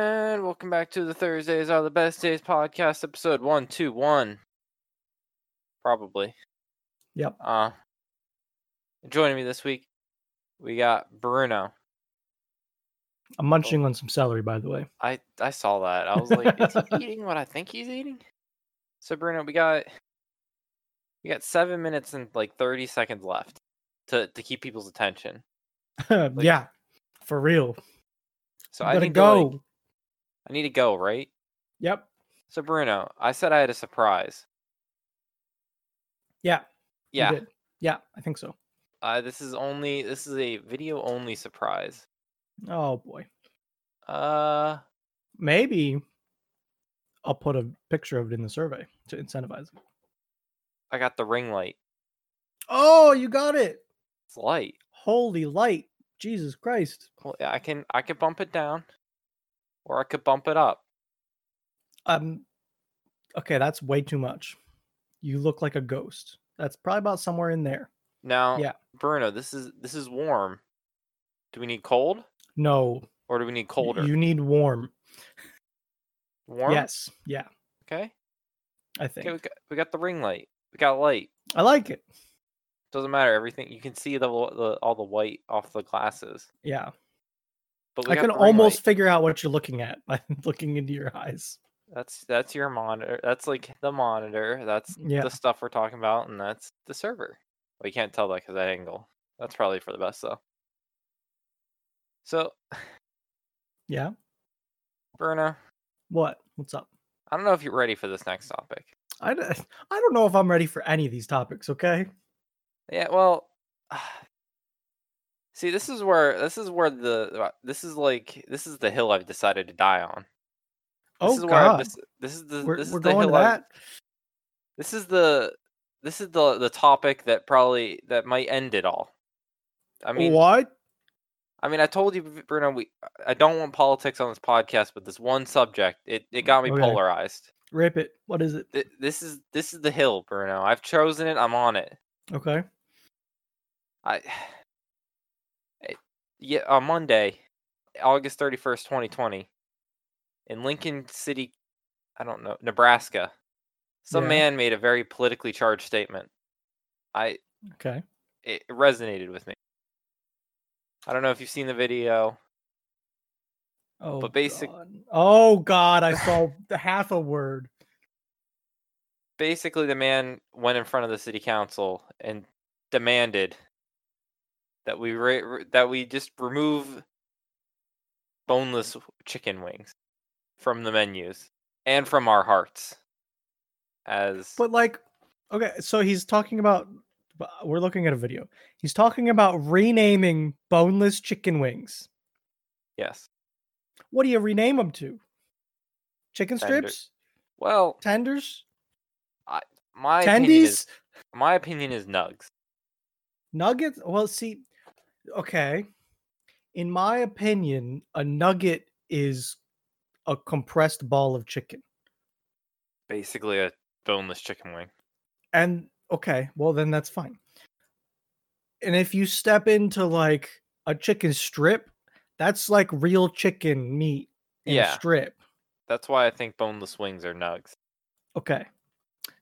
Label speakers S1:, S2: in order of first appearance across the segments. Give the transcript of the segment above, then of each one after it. S1: welcome back to the Thursdays Are the Best Days podcast, episode 121. Probably.
S2: Yep.
S1: Uh, joining me this week, we got Bruno.
S2: I'm munching on some celery, by the way.
S1: I, I saw that. I was like, is he eating what I think he's eating? So, Bruno, we got we got seven minutes and like 30 seconds left to, to keep people's attention.
S2: yeah, for real.
S1: So
S2: I
S1: I
S2: gotta
S1: need go.
S2: go.
S1: I need to go, right?
S2: Yep.
S1: So, Bruno, I said I had a surprise.
S2: Yeah. you
S1: Yeah.
S2: did. Yeah, I think so.
S1: Uh, this is only this is a video only surprise.
S2: Oh boy.
S1: Uh,
S2: Maybe I'll put a picture of it in the survey to incentivize it.
S1: I got the ring light.
S2: Oh, you got it.
S1: It's light.
S2: Holy light. Jesus Christ.
S1: Well, yeah, I can I could bump it down, or I could bump it up.
S2: Um okay, that's way too much. You look like a ghost. That's probably about somewhere in there.
S1: Now,
S2: Yeah.
S1: Bruno, this is this is warm. Do we need cold
S2: No. y-
S1: or do we need colder?
S2: You need warm.
S1: warm.
S2: Yes. Yeah,
S1: Okay.
S2: I think.
S1: Okay. We got, we got the ring light. We got light.
S2: I like it.
S1: Doesn't matter. Everything you can see the, wa- the all the white off the glasses.
S2: Yeah.
S1: But we
S2: I
S1: got
S2: can
S1: the ring
S2: almost
S1: light.
S2: figure out what you're looking at by looking into your eyes.
S1: That's that's your monitor. That's like the monitor. That's
S2: Yeah.
S1: the stuff we're talking about, and that's the server. Well, you can't tell that because that angle. That's probably for the best though. So,
S2: Yeah.
S1: Bruno,
S2: What? What's up?
S1: I don't know if you're ready for this next topic.
S2: I, d- I don't know if I'm ready for any of these topics, okay?
S1: Yeah, well, see, this is where this is where the uh, this is like this is the hill I've decided to die on. This
S2: Oh
S1: is where I've
S2: god.
S1: dec- this is the
S2: we're
S1: this is
S2: we're
S1: the
S2: going to
S1: hill I've-
S2: that.
S1: this is the this is the the topic that probably that might end it all. I mean,
S2: what?
S1: I mean, I told you, Br- Bruno, we I don't want politics on this podcast, but this one subject it, it got me
S2: Okay.
S1: polarized.
S2: Rip it. What is it?
S1: Th- This is this is the hill, Bruno. I've chosen it. I'm on it.
S2: Okay.
S1: I it- yeah on Monday, August thirty first, twenty twenty, in Lincoln City, I don't know Nebraska, some
S2: Yeah.
S1: man made a very politically charged statement. I
S2: Okay.
S1: it resonated with me. I don't know if you've seen the video.
S2: Oh.
S1: basic-
S2: God. Oh god, I saw the half a word.
S1: basically the man went in front of the city council and demanded that we re- re- that we just remove boneless chicken wings from the menus and from our hearts as
S2: But like okay, so he's talking about but we're looking at a video. He's talking about renaming boneless chicken wings.
S1: yes
S2: What do you rename them to? Chicken
S1: Tender-
S2: strips?
S1: well
S2: Tenders?
S1: my opinion
S2: Tendies?
S1: is, my opinion is nugs
S2: Nuggets. Well, see, okay. In my opinion, a nugget is a compressed ball of chicken.
S1: basically a boneless chicken wing
S2: And okay, well, then that's fine. And if you step into like a chicken strip, that's like real chicken meat in a
S1: Yeah.
S2: strip.
S1: that's why i think boneless wings are nugs
S2: Okay.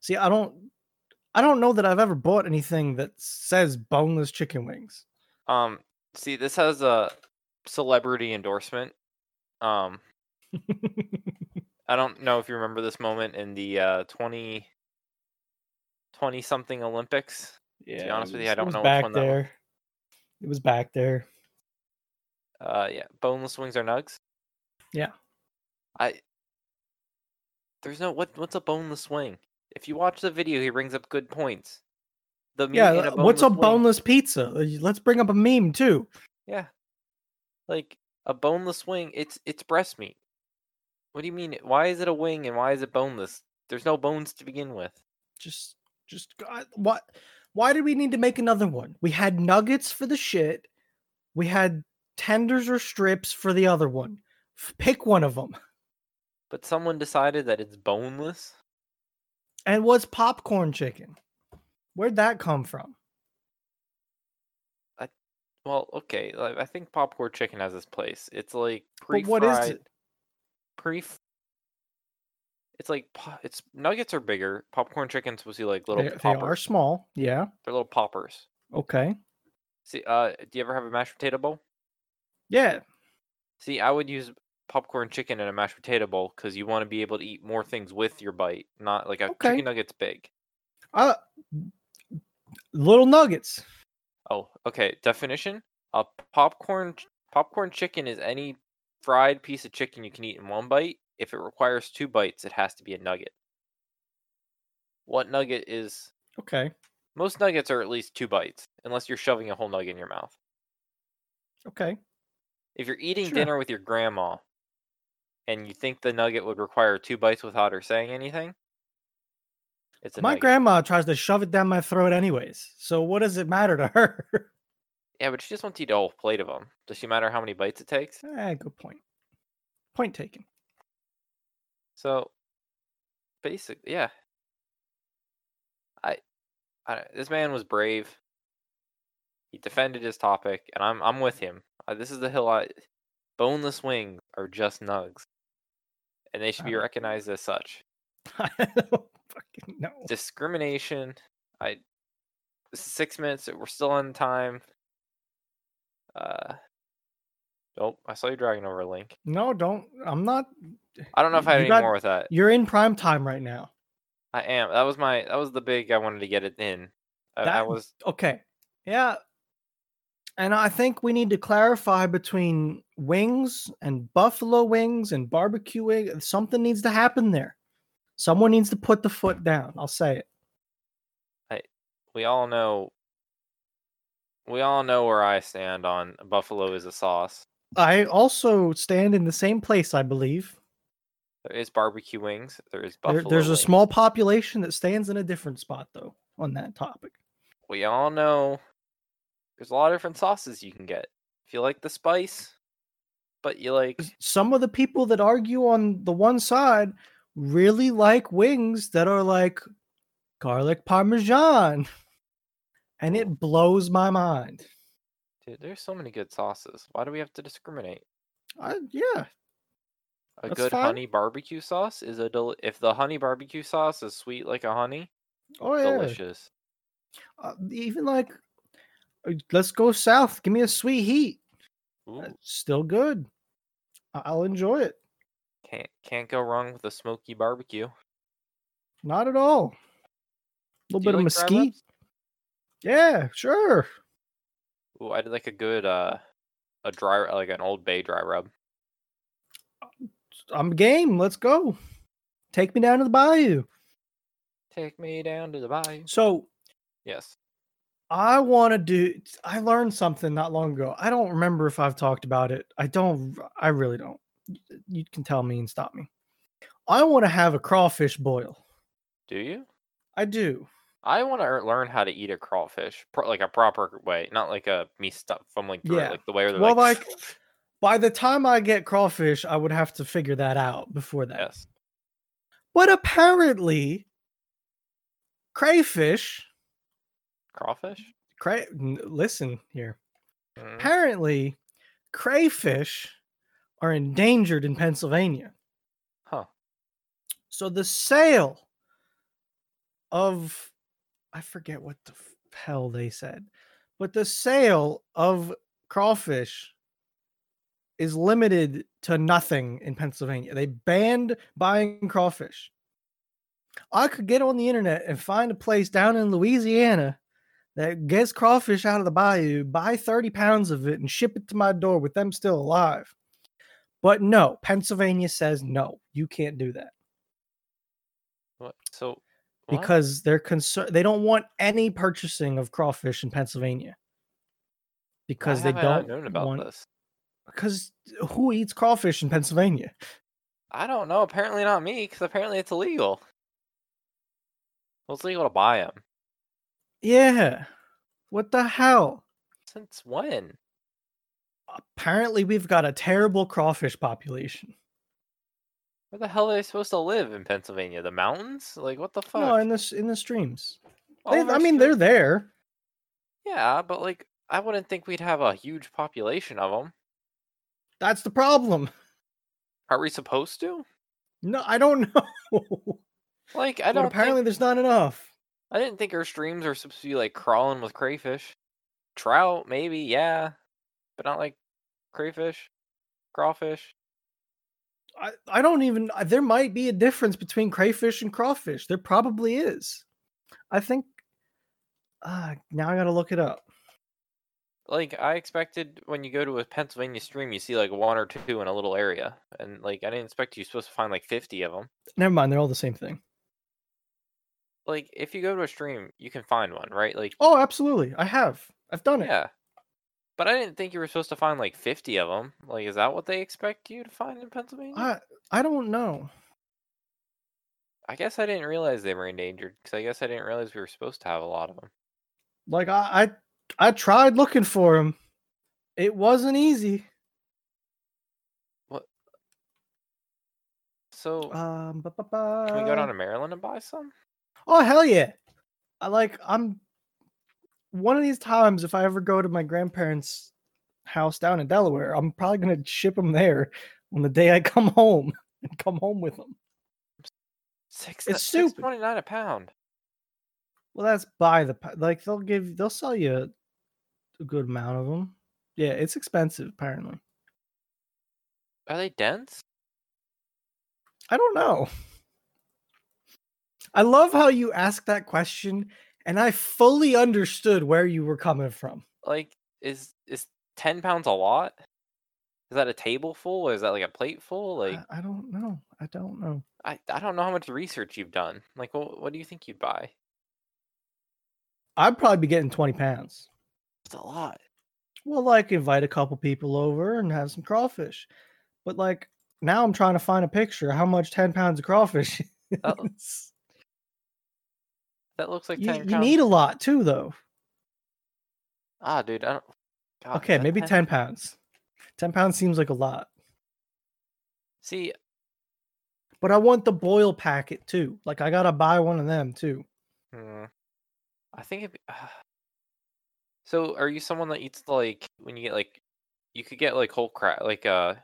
S2: See, I don't I don't know that I've ever bought anything that says boneless chicken wings.
S1: um see this has a celebrity endorsement um I don't know if you remember this moment in the uh, 20 20 something Olympics.
S2: yeah.
S1: be honest with
S2: it
S1: you, I
S2: was- it
S1: don't
S2: was
S1: know which
S2: back
S1: one that was.
S2: there. It was back there.
S1: Uh, yeah, boneless wings are nugs.
S2: Yeah.
S1: I there's no what what's a boneless wing? If you watch the video, he brings up good points. The meat
S2: Yeah,
S1: in
S2: uh, what's a
S1: wing-
S2: boneless pizza? Uh, y- Let's bring up a meme too.
S1: Yeah, like a boneless wing. It's it's breast meat. What do you mean? Why is it a wing and why is it boneless? There's no bones to begin with.
S2: Just, just God, what? Why did we need to make another one? We had nuggets for the shit. We had tenders or strips for the other one. F- Pick one of them.
S1: But someone decided that it's boneless.
S2: And what's popcorn chicken? Where'd that come from?
S1: Well, okay, like, I think popcorn chicken has its place. It's like
S2: But
S1: pre-fried,
S2: what is it?
S1: grief. It's like po- it's nuggets are bigger. Popcorn chickens was he like little
S2: They, they
S1: poppers?
S2: are small. Yeah.
S1: They're little poppers.
S2: Okay.
S1: See, uh, do you ever have a mashed potato bowl?
S2: Yeah.
S1: See, I would use popcorn chicken in a mashed potato bowl because you want to be able to eat more things with your bite, not like a
S2: Okay.
S1: chicken nugget's big.
S2: Uh, little nuggets.
S1: Oh, okay. Definition: a popcorn ch- popcorn chicken is any fried piece of chicken you can eat in one bite. If it requires two bites, it has to be a nugget. What nugget is?
S2: Okay.
S1: Most nuggets are at least two bites, unless you're shoving a whole nugget in your mouth.
S2: Okay.
S1: If you're eating
S2: Sure.
S1: dinner with your grandma, and you think the nugget would require two bites without her saying anything, it's a
S2: my
S1: nugget.
S2: grandma tries to shove it down my throat, anyways. So what does it matter to her?
S1: yeah, but she just wants you to eat a whole plate of them. Does she matter how many bites it takes?
S2: ah, good point. Point taken.
S1: So, basic, yeah. I, I don't- this man was brave. He defended his topic, and I'm I'm with him. Uh, this is the hill. I boneless wings are just nugs, and they should be
S2: Uh,
S1: recognized as such.
S2: I don't fucking know.
S1: Discrimination. I. This is six minutes. We're still on time. Uh. Oh, I saw you dragging over a link.
S2: No, don't. I'm not.
S1: I don't know if I
S2: You
S1: had any
S2: got-
S1: more with that.
S2: You're in prime time right now.
S1: I am. That was my. That was the big. I wanted to get it in. I, I
S2: That-
S1: was.
S2: Okay. Yeah. And I think we need to clarify between wings and buffalo wings and barbecue wing. Something needs to happen there. Someone needs to put the foot down. I'll say it.
S1: We all know. We all know where I stand on buffalo is a sauce.
S2: I also stand in the same place, I believe.
S1: There is barbecue wings. There is
S2: There-
S1: buffalo.
S2: there's
S1: wings.
S2: a small population that stands in a different spot, though, on that topic.
S1: We all know. There's a lot of different sauces you can get. If you like the spice, but you like
S2: 'Cause Some of the people that argue on the one side really like wings that are like garlic parmesan. And
S1: Oh.
S2: it blows my mind.
S1: dude, there's so many good sauces. Why do we have to discriminate?
S2: I, yeah.
S1: A
S2: That's
S1: good
S2: fine.
S1: honey barbecue sauce is a del- if the honey barbecue sauce is sweet like a honey,
S2: Oh, yeah.
S1: delicious.
S2: Uh, even like, uh, let's go south. Give me a sweet heat.
S1: Ooh.
S2: Uh, Still good. I- I'll enjoy it.
S1: Can't can't go wrong with a smoky barbecue.
S2: Not at all. A
S1: Do
S2: little bit
S1: you
S2: of
S1: like dry
S2: mesquite.
S1: rubs?
S2: Yeah, sure.
S1: Ooh, I did like a good uh a dry like an old bay dry rub.
S2: I'm game. Let's go. Take me down to the bayou.
S1: Take me down to the bayou.
S2: So
S1: Yes.
S2: I want to do. I learned something not long ago. I don't remember if I've talked about it. I don't. I really don't. Y- You can tell me and stop me. I want to have a crawfish boil.
S1: Do you?
S2: I do.
S1: I want to learn how to eat a crawfish pro- like a proper way, not like a me stuff from like Dora,
S2: Yeah.
S1: like the way where they're
S2: Well,
S1: like,
S2: like- By the time I get crawfish, I would have to figure that out before that.
S1: yes.
S2: But apparently, crayfish.
S1: Crawfish?
S2: Cray. n- Listen here.
S1: Mm.
S2: Apparently, crayfish are endangered in Pennsylvania.
S1: Huh.
S2: So the sale of I forget what the f- hell they said, but the sale of crawfish is limited to nothing in Pennsylvania. They banned buying crawfish. I could get on the internet and find a place down in Louisiana that gets crawfish out of the bayou, buy 30 pounds of it, and ship it to my door with them still alive. But no, Pennsylvania says no, you can't do that
S1: What? So what?
S2: because they're concerned they don't want any purchasing of crawfish in Pennsylvania
S1: Why
S2: because they
S1: have I not
S2: don't
S1: known about
S2: want
S1: this.
S2: because who eats crawfish in Pennsylvania?
S1: I don't know. Apparently not me, because apparently it's illegal. Well, it's legal to buy them.
S2: Yeah. What the hell?
S1: Since when?
S2: Apparently we've got a terrible crawfish population.
S1: Where the hell are they supposed to live in Pennsylvania? The mountains? Like what the fuck?
S2: No, in this in the streams.
S1: All
S2: They-
S1: of
S2: I
S1: our
S2: mean
S1: stra-
S2: they're there.
S1: Yeah, but like I wouldn't think we'd have a huge population of them.
S2: That's the problem.
S1: Are we supposed to?
S2: No, I don't know.
S1: Like I
S2: But
S1: don't.
S2: apparently
S1: think,
S2: there's not enough.
S1: I didn't think our streams are supposed to be like crawling with crayfish, trout maybe, yeah, but not like crayfish, crawfish.
S2: I, I don't even I- there might be a difference between crayfish and crawfish. There probably is. I think uh now I gotta look it up.
S1: Like I expected when you go to a Pennsylvania stream, you see like one or two in a little area, and like I didn't expect you're supposed to find like fifty of them.
S2: Never mind, they're all the same thing.
S1: Like if you go to a stream, you can find one, right? Like
S2: Oh, absolutely. I have. I've done it.
S1: yeah. But I didn't think you were supposed to find like 50 of them. Like, is that what they expect you to find in Pennsylvania?
S2: I I don't know.
S1: I guess I didn't realize they were endangered because I guess I didn't realize we were supposed to have a lot of them.
S2: Like I I, I tried looking for him. It wasn't easy.
S1: So
S2: Um ba, ba,
S1: can we go down
S2: ba.
S1: to Maryland and buy some?
S2: Oh hell yeah. I like I'm one of these times if I ever go to my grandparents' house down in Delaware, I'm probably gonna ship them there on the day I come home and come home with them.
S1: Six. six
S2: It's stupid.
S1: twenty nine a pound.
S2: Well, that's by the pa- like they'll give they'll sell you a good amount of them. Yeah, it's expensive apparently.
S1: Are they dense?
S2: I don't know. I love how you asked that question and I fully understood where you were coming from.
S1: Like, is is ten pounds a lot? Is that a table full or is that like a plate full?
S2: I-
S1: Like,
S2: I don't know. I don't know.
S1: I, I don't know how much research you've done. Like, what what do you think you'd buy?
S2: I'd probably be getting 20 pounds.
S1: It's a lot.
S2: Well, like invite a couple people over and have some crawfish. But like now I'm trying to find a picture of how much 10 pounds of crawfish
S1: That, l-
S2: is.
S1: that looks Oh, like
S2: You,
S1: ten.
S2: you
S1: pounds.
S2: need a lot too, though.
S1: Ah, dude, I don't. God,
S2: Okay,
S1: that
S2: maybe 10 pounds. 10 pounds seems like a lot.
S1: See,
S2: But I want the boil packet too. Like I gotta buy one of them too.
S1: hmm, I think. It'd be, so, are you someone that eats like when you get like, you could get like whole crab, like uh,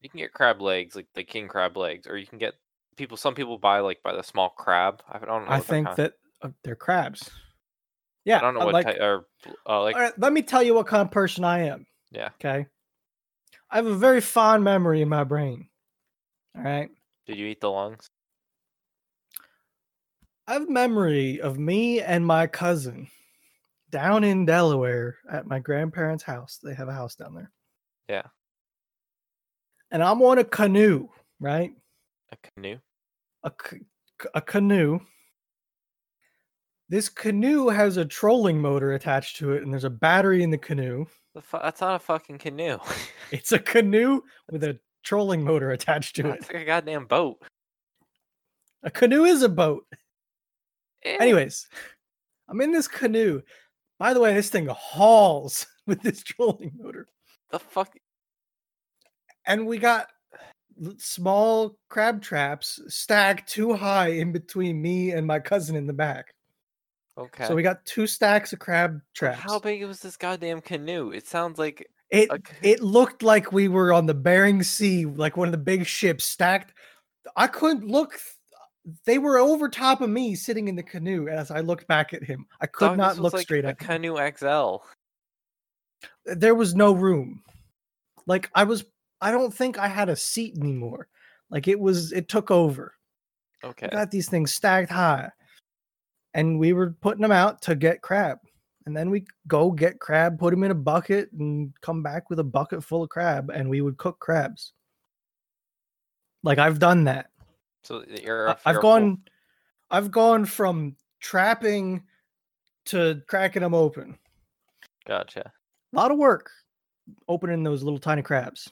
S1: you can get crab legs, like the king crab legs, or you can get people. Some people buy like by the small crab. I don't know.
S2: I
S1: what they're
S2: think
S1: Oh, kind-
S2: that uh, they're crabs. Yeah,
S1: I don't know
S2: I'd
S1: what
S2: like,
S1: type or uh, like.
S2: All right, let me tell you what kind of person I am.
S1: Yeah.
S2: Okay. I have a very fond memory in my brain. All right.
S1: Did you eat the lungs?
S2: I have memory of me and my cousin down in Delaware at my grandparents' house. They have a house down there.
S1: Yeah.
S2: And I'm on a canoe, right?
S1: A canoe?
S2: A, c- c- a canoe. This canoe has a trolling motor attached to it, and there's a battery in the canoe.
S1: The fu- that's not a fucking canoe.
S2: It's a canoe with a trolling motor attached to
S1: It's
S2: it.
S1: like a goddamn boat.
S2: A canoe is a boat.
S1: Eh,
S2: Anyways, I'm in this canoe. By the way, this thing hauls with this trolling motor.
S1: the fuck?
S2: And we got l- small crab traps stacked too high in between me and my cousin in the back.
S1: Okay.
S2: So we got two stacks of crab traps.
S1: How big was this goddamn canoe? It sounds like
S2: it
S1: a ca-
S2: it looked like we were on the Bering Sea, like one of the big ships stacked. I couldn't look. th- They were over top of me sitting in the canoe as I looked back at him. I could
S1: dog, this
S2: not
S1: was
S2: look
S1: like
S2: straight
S1: a
S2: at him.
S1: canoe XL.
S2: There was no room. Like I was I don't think I had a seat anymore. Like it was it took over.
S1: Okay.
S2: We got these things stacked high. And we were putting them out to get crab. And then we go get crab, put them in a bucket, and come back with a bucket full of crab, and we would cook crabs. Like I've done that.
S1: So th- you're
S2: I-
S1: a- you're
S2: I've
S1: a full-
S2: gone I've gone from trapping to cracking them open.
S1: Gotcha.
S2: A lot of work opening those little tiny crabs.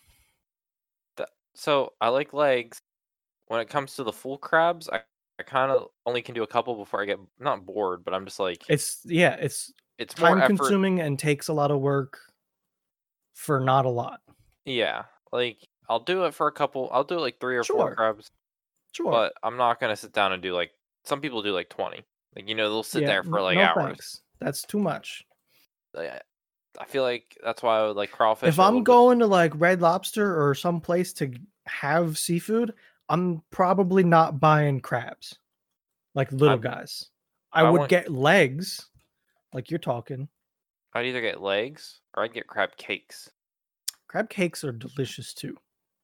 S1: So I like legs. When it comes to the full crabs, I, I kind of only can do a couple before I get not bored, but I'm just like
S2: It's yeah, it's
S1: it's more
S2: time
S1: effort.
S2: consuming and takes a lot of work for not a lot.
S1: Yeah, like I'll do it for a couple. I'll do like three or four
S2: Sure.
S1: crabs,
S2: Sure.
S1: but I'm not gonna sit down and do like some people do like twenty. Like you know they'll sit
S2: Yeah,
S1: there for
S2: n-
S1: like
S2: no
S1: hours.
S2: thanks. That's too much.
S1: Like, I- I feel like that's why I would like crawfish.
S2: if
S1: a
S2: I'm
S1: little bit-
S2: going to like Red Lobster or some place to g- have seafood, I'm probably not buying crabs, like little
S1: I'm-
S2: guys. I,
S1: I
S2: would
S1: want-
S2: get legs, like you're talking.
S1: I'd either get legs or I'd get crab cakes.
S2: Crab cakes are delicious too.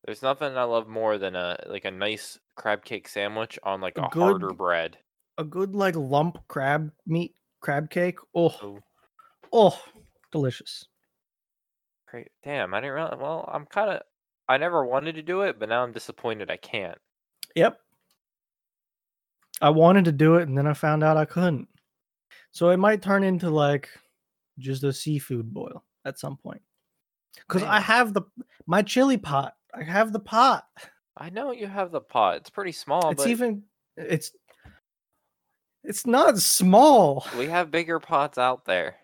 S1: There's nothing I love more than a like a nice crab cake sandwich on like
S2: A
S1: a
S2: good-
S1: harder bread.
S2: A good like lump crab meat crab cake. Oh,
S1: Oh.
S2: oh, delicious.
S1: Great. Damn, I didn't realize. Well, I'm kind of. I never wanted to do it, but now I'm disappointed I can't.
S2: Yep. I wanted to do it and then I found out I couldn't. So it might turn into like just a seafood boil at some point. Cuz I
S1: Man.
S2: have the my chili pot. I have the pot.
S1: I know you have the pot. It's pretty small,
S2: it's
S1: Oh, but
S2: even it's it's not small.
S1: we have bigger pots out there.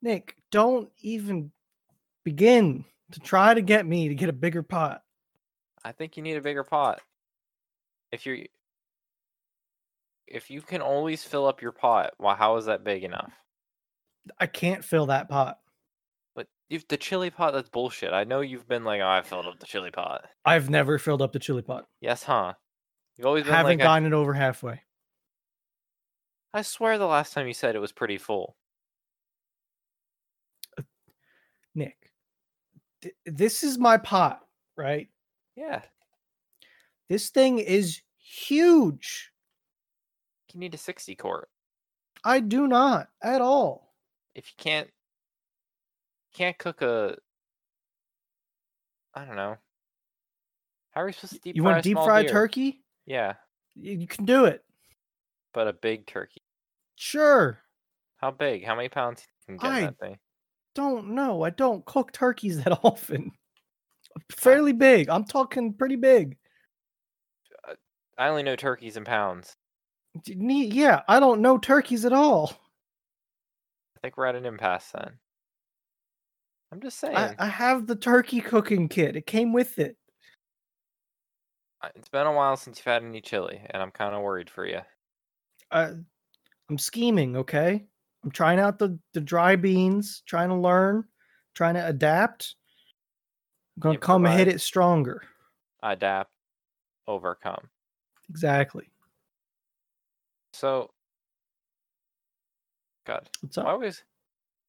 S2: Nick, don't even begin to try to get me to get a bigger pot.
S1: I think you need a bigger pot. If you if you can always fill up your pot, well, how is that big enough?
S2: I can't fill that pot.
S1: But if the chili pot, that's bullshit. I know you've been like, oh, I filled up the chili pot.
S2: I've never filled up the chili pot.
S1: Yes, huh? You've always been
S2: Haven't
S1: like, I
S2: gotten it over halfway.
S1: I swear the last time you said it was pretty full.
S2: Nick, th- this is my pot, right?
S1: Yeah,
S2: This thing is huge.
S1: you need a 60 quart.
S2: I do not at all.
S1: If you can't can't cook a, I don't know. How are you supposed to deep
S2: you
S1: fry
S2: want
S1: a
S2: deep
S1: small
S2: fried
S1: deer?
S2: turkey?
S1: Yeah,
S2: You you can do it.
S1: but a big turkey.
S2: Sure.
S1: How big? How many pounds you can get
S2: I-
S1: in that thing?
S2: Don't know. I don't cook turkeys that often. Fairly big. I'm talking pretty big.
S1: I only know turkeys in pounds.
S2: D- ne- Yeah, I don't know turkeys at all.
S1: I think we're at an impasse then. I'm just saying.
S2: I, I have the turkey cooking kit. It came with it.
S1: I- It's been a while since you've had any chili, and I'm kind of worried for you.
S2: I, I'm scheming, okay? I'm trying out the, the dry beans, trying to learn, trying to adapt. I'm going to come hit
S1: Improvise.
S2: it stronger.
S1: Adapt, overcome.
S2: Exactly.
S1: So, God,
S2: What's
S1: I
S2: up?
S1: always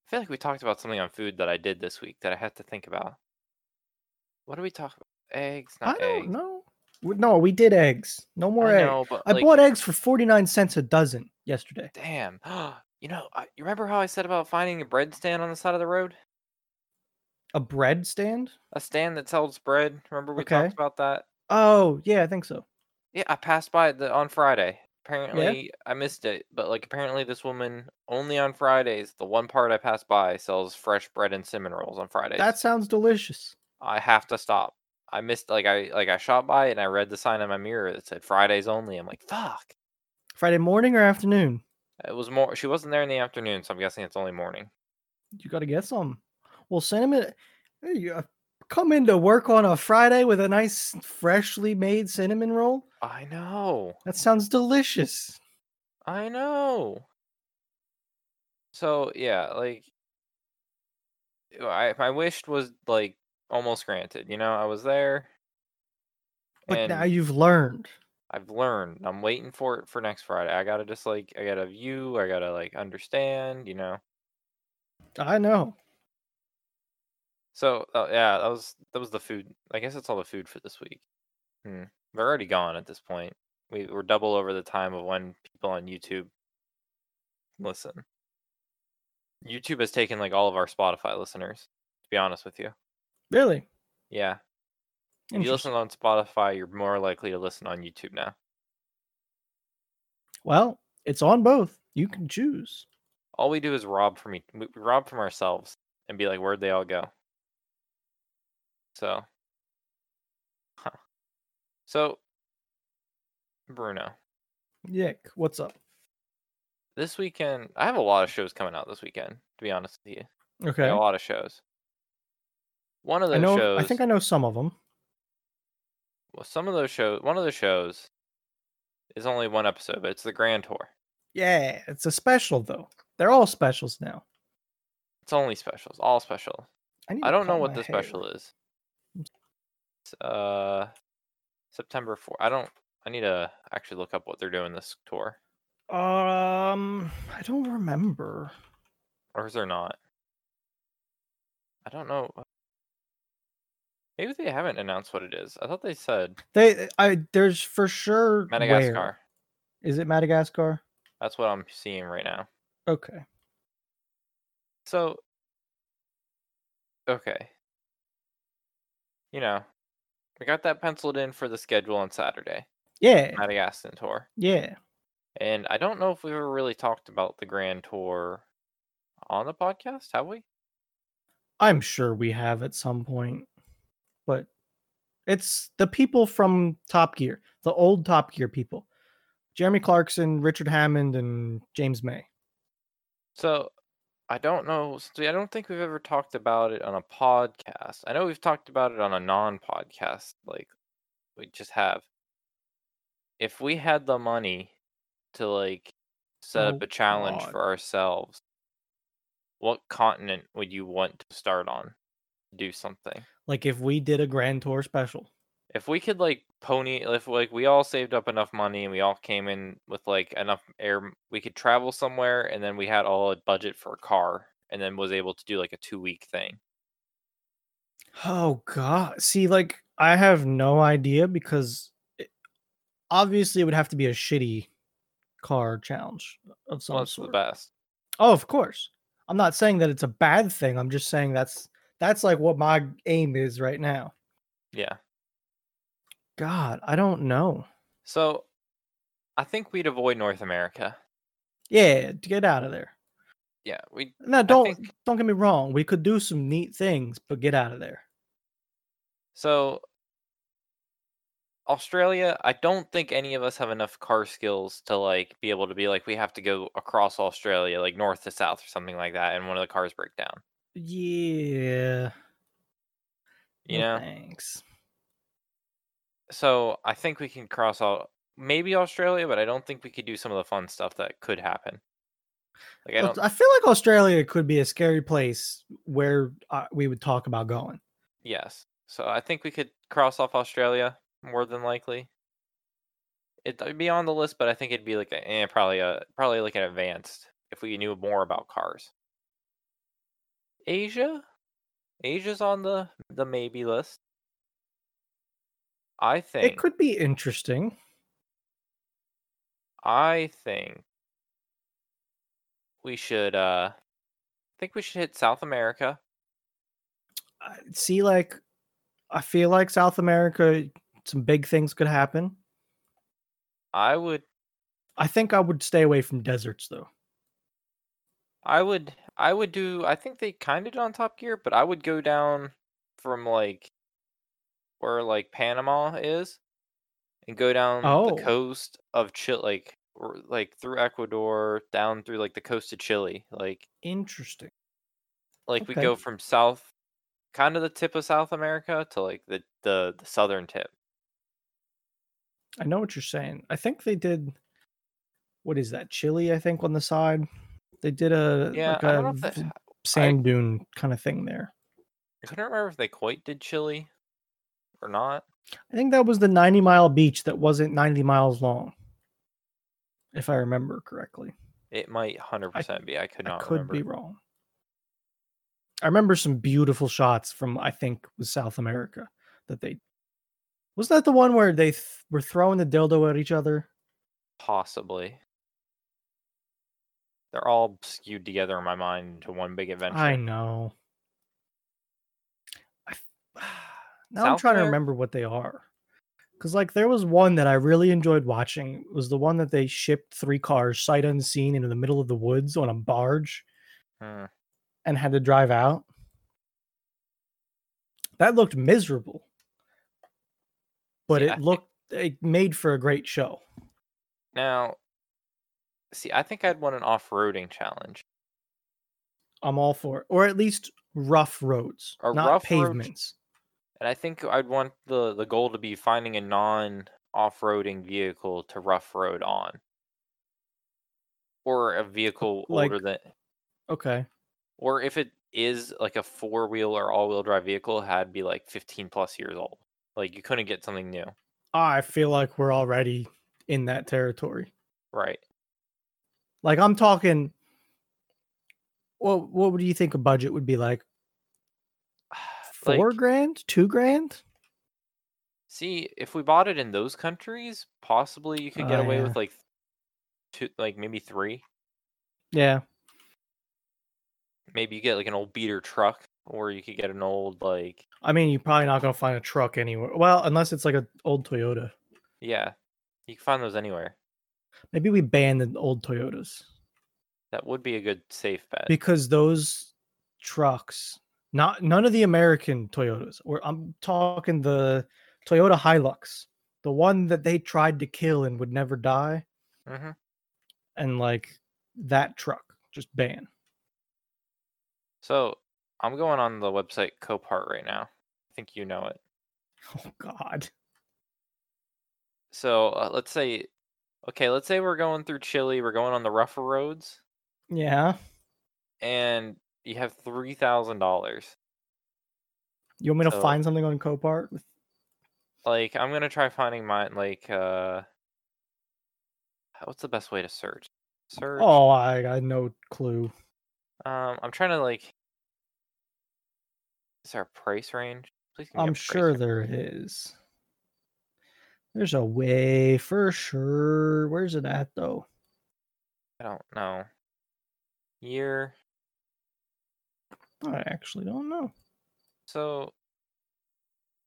S1: I feel like we talked about something on food that I did this week that I had to think about. What do we talk about? Eggs,
S2: I
S1: not
S2: don't
S1: eggs.
S2: know. We- No, we did eggs. No more
S1: I
S2: eggs.
S1: know, but
S2: I
S1: like,
S2: bought eggs for 49 cents a dozen yesterday.
S1: damn. you know, I, you remember how I said about finding a bread stand on the side of the road?
S2: A bread stand?
S1: A stand that sells bread. Remember we
S2: Okay.
S1: talked about that?
S2: Oh, yeah, I think so.
S1: Yeah, I passed by it the, on Friday. Apparently, I missed it, but like apparently, this woman only on Fridays. The one part I passed by sells fresh bread and cinnamon rolls on Fridays.
S2: That sounds delicious.
S1: I have to stop. I missed like I like I shot by it and I read the sign on my mirror that said Fridays only. I'm like, fuck.
S2: Friday morning or afternoon?
S1: It was more. She wasn't there in the afternoon, so I'm guessing it's only morning.
S2: You got to get some. Well, cinnamon. hey, You uh, come into work on a Friday with a nice, freshly made cinnamon roll.
S1: I know.
S2: That sounds delicious.
S1: I know. So yeah, like I my wish was like almost granted. You know, I was there.
S2: But now
S1: and-
S2: you've learned.
S1: I've learned. I'm waiting for it for next Friday. I gotta just like I gotta view. I gotta like understand. You know.
S2: I know.
S1: So uh, yeah, that was that was the food. I guess that's all the food for this week. Hmm. We're already gone at this point. We we're double over the time of when people on YouTube listen. YouTube has taken like all of our Spotify listeners. To be honest with you,
S2: Really?
S1: yeah. If you
S2: Interesting.
S1: listen on Spotify, you're more likely to listen on YouTube now.
S2: Well, it's on both. You can choose.
S1: All we do is rob from each, we rob from ourselves and be like, where'd they all go? So, huh. so Bruno,
S2: Yick, what's up?
S1: this weekend I have a lot of shows coming out this weekend. To be honest with you, I
S2: Okay.
S1: got a lot of shows. One of
S2: I
S1: those
S2: know.
S1: shows,
S2: I think I know some of them.
S1: well, some of those shows, one of the shows is only one episode, but it's the Grand Tour.
S2: Yeah, it's a special though. They're all specials now.
S1: It's only specials, all special.
S2: need
S1: I
S2: to
S1: don't know
S2: cut
S1: what
S2: my
S1: the
S2: hair.
S1: special is. It's, uh, September 4th. I don't. I need to actually look up what they're doing this tour,
S2: Um, I don't remember.
S1: or is there not? I don't know. Maybe they haven't announced what it is. I thought they said
S2: They, I there's for sure. where.
S1: Madagascar.
S2: Is it Madagascar?
S1: That's what I'm seeing right now.
S2: Okay.
S1: So, okay. You know, we got that penciled in for the schedule on Saturday,
S2: Yeah.
S1: Madagascar tour.
S2: Yeah.
S1: And I don't know if we've ever really talked about the Grand Tour on the podcast, have we?
S2: I'm sure we have at some point, but it's the people from Top Gear, the old Top Gear people, Jeremy Clarkson, Richard Hammond, and James May.
S1: So, I don't know. since we- I don't think we've ever talked about it on a podcast. I know we've talked about it on a non podcast, like we just have. If we had the money to, like, set
S2: Oh,
S1: up a challenge
S2: God.
S1: for ourselves, what continent would you want to start on? Do something.
S2: Like if we did a Grand Tour special,
S1: if we could like pony if like we all saved up enough money and we all came in with like enough air m- we could travel somewhere and then we had all a budget for a car and then was able to do like a two week thing
S2: Oh god. See like I have no idea because it, obviously it would have to be a shitty car challenge of some
S1: well, that's the
S2: sort.
S1: best
S2: Oh, of course. I'm not saying that it's a bad thing. I'm just saying that's that's like what my aim is right now.
S1: yeah
S2: God, I don't know.
S1: so i think we'd avoid north america
S2: Yeah, to get out of there.
S1: yeah we
S2: Now don't
S1: think-
S2: don't get me wrong. We could do some neat things, but get out of there.
S1: so australia i don't think any of us have enough car skills to like be able to be like we have to go across australia like north to south or something like that and one of the cars break down
S2: Yeah.
S1: you
S2: no
S1: know
S2: Thanks.
S1: so I think we can cross out maybe Australia, but I don't think we could do some of the fun stuff that could happen. Like I
S2: Aust-
S1: don't,
S2: I feel like Australia could be a scary place where uh, we would talk about going.
S1: yes. So I think we could cross off Australia more than likely. It, would be on the list, but I think it'd be like a, eh, probably a probably like an advanced if we knew more about cars. Asia, Asia's on the the maybe list. I think
S2: It could be interesting.
S1: I think we should uh I think we should hit South America.
S2: I- See, like, I feel like South America, some big things could happen.
S1: I would
S2: I think I would stay away from deserts, though.
S1: I would I would do I think they kind of did on Top Gear, but I would go down from like where like Panama is and go down
S2: Oh.
S1: the coast of Chile like or, like through Ecuador down through like the coast of Chile. Like
S2: Interesting.
S1: like we
S2: Okay.
S1: go from south kind of the tip of South America to like the the, the southern tip.
S2: I know what you're saying. I think they did. What is that? Chile, I think, on the side. They did a
S1: Yeah,
S2: like
S1: I don't know
S2: a
S1: if that,
S2: v- sand dune kind of thing there.
S1: I couldn't remember if they quite did chili or not.
S2: I think that was the 90 mile beach that wasn't 90 miles long, if I remember correctly.
S1: It might 100% be. I could
S2: I
S1: not
S2: could
S1: remember.
S2: be wrong. I remember some beautiful shots from I think was South America that they was that the one where they th- were throwing the dildo at each other.
S1: Possibly. They're all skewed together in my mind into one big adventure.
S2: I know. I f- now I'm
S1: South
S2: trying to
S1: America?
S2: remember what they are. Cause like there was one that I really enjoyed watching. It was the one that they shipped three cars sight unseen into the middle of the woods on a barge
S1: Hmm.
S2: and had to drive out. That looked miserable, but
S1: See, I
S2: it
S1: think-
S2: looked it made for a great show.
S1: Now, see, I think I'd want an off roading challenge.
S2: I'm all for it, or at least rough roads,
S1: Or
S2: not
S1: rough roads-
S2: pavements.
S1: And I think I'd want the, the goal to be finding a non off roading vehicle to rough road on. Or a vehicle
S2: like-
S1: older than
S2: Okay,
S1: or if it is like a four wheel or all wheel drive vehicle, it had to be like 15 plus years old. Like you couldn't get something new,
S2: I feel like we're already in that territory.
S1: right?
S2: Like I'm talking. What what would you think a budget would be like?
S1: Like,
S2: Four grand, two grand.
S1: see, if we bought it in those countries, possibly you could get
S2: Oh,
S1: away
S2: yeah.
S1: with like two, like maybe three.
S2: Yeah,
S1: Maybe you get like an old beater truck, or you could get an old like
S2: I mean you're probably not gonna find a truck anywhere. Well, unless it's like an old Toyota.
S1: yeah, you can find those anywhere.
S2: Maybe we ban the old Toyotas
S1: That would be a good safe bet.
S2: because those trucks, not none of the American Toyotas. Or I'm talking the Toyota Hilux, the one that they tried to kill and would never die,
S1: hmm
S2: and like that truck just ban.
S1: So I'm going on the website Copart right now. I think you know it.
S2: Oh God.
S1: So uh, let's say, okay, let's say we're going through Chile. We're going on the rougher roads,
S2: Yeah.
S1: and you have three thousand dollars.
S2: You want me to
S1: So-
S2: find something on Copart? with-
S1: Like I'm gonna try finding mine. Like, uh, what's the best way to search? Search.
S2: Oh, I got no clue.
S1: Um, I'm trying to like. Is there a price range? Please give me a
S2: I'm
S1: price
S2: sure
S1: range.
S2: there is. There's a way for sure. Where's it at though?
S1: I don't know. Year.
S2: I actually don't know.
S1: So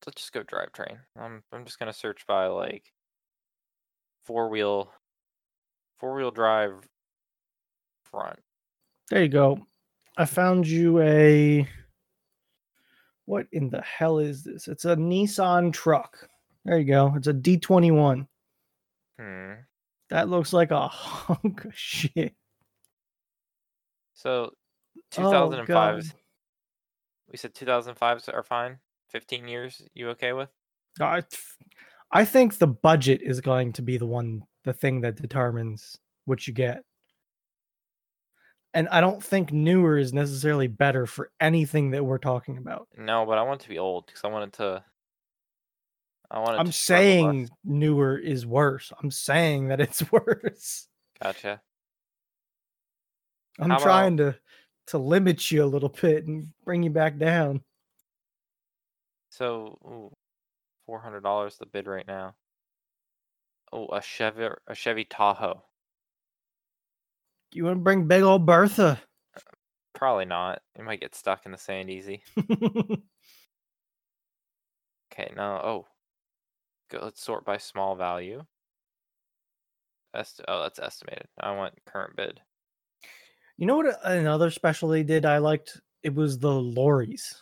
S1: let's just go drivetrain. I'm I'm just gonna search by like four wheel four wheel drive front.
S2: There you go. I found you a. What in the hell is this? It's a Nissan truck. There you go. It's a D21.
S1: Hmm.
S2: That looks like a hunk of shit.
S1: So two
S2: Oh,
S1: thousand and five.
S2: God.
S1: we said two thousand fives are fine. Fifteen years you okay with?
S2: I, th- I think the budget is going to be the one, the thing that determines what you get. And I don't think newer is necessarily better for anything that we're talking about.
S1: No, but I want it to be old because I want it to I want it
S2: I'm
S1: to struggle
S2: saying
S1: less.
S2: newer is worse. I'm saying that it's worse.
S1: gotcha.
S2: I'm
S1: How about-
S2: trying to to limit you a little bit and bring you back down.
S1: So four hundred dollars the bid right now. Oh, a Chevy a Chevy Tahoe.
S2: You want to bring big old Bertha?
S1: Probably not. It might get stuck in the sand easy. Okay, now oh, go, let's sort by small value. Est- oh, that's estimated. I want current bid.
S2: You know what a- another special they did I liked? It was the lorries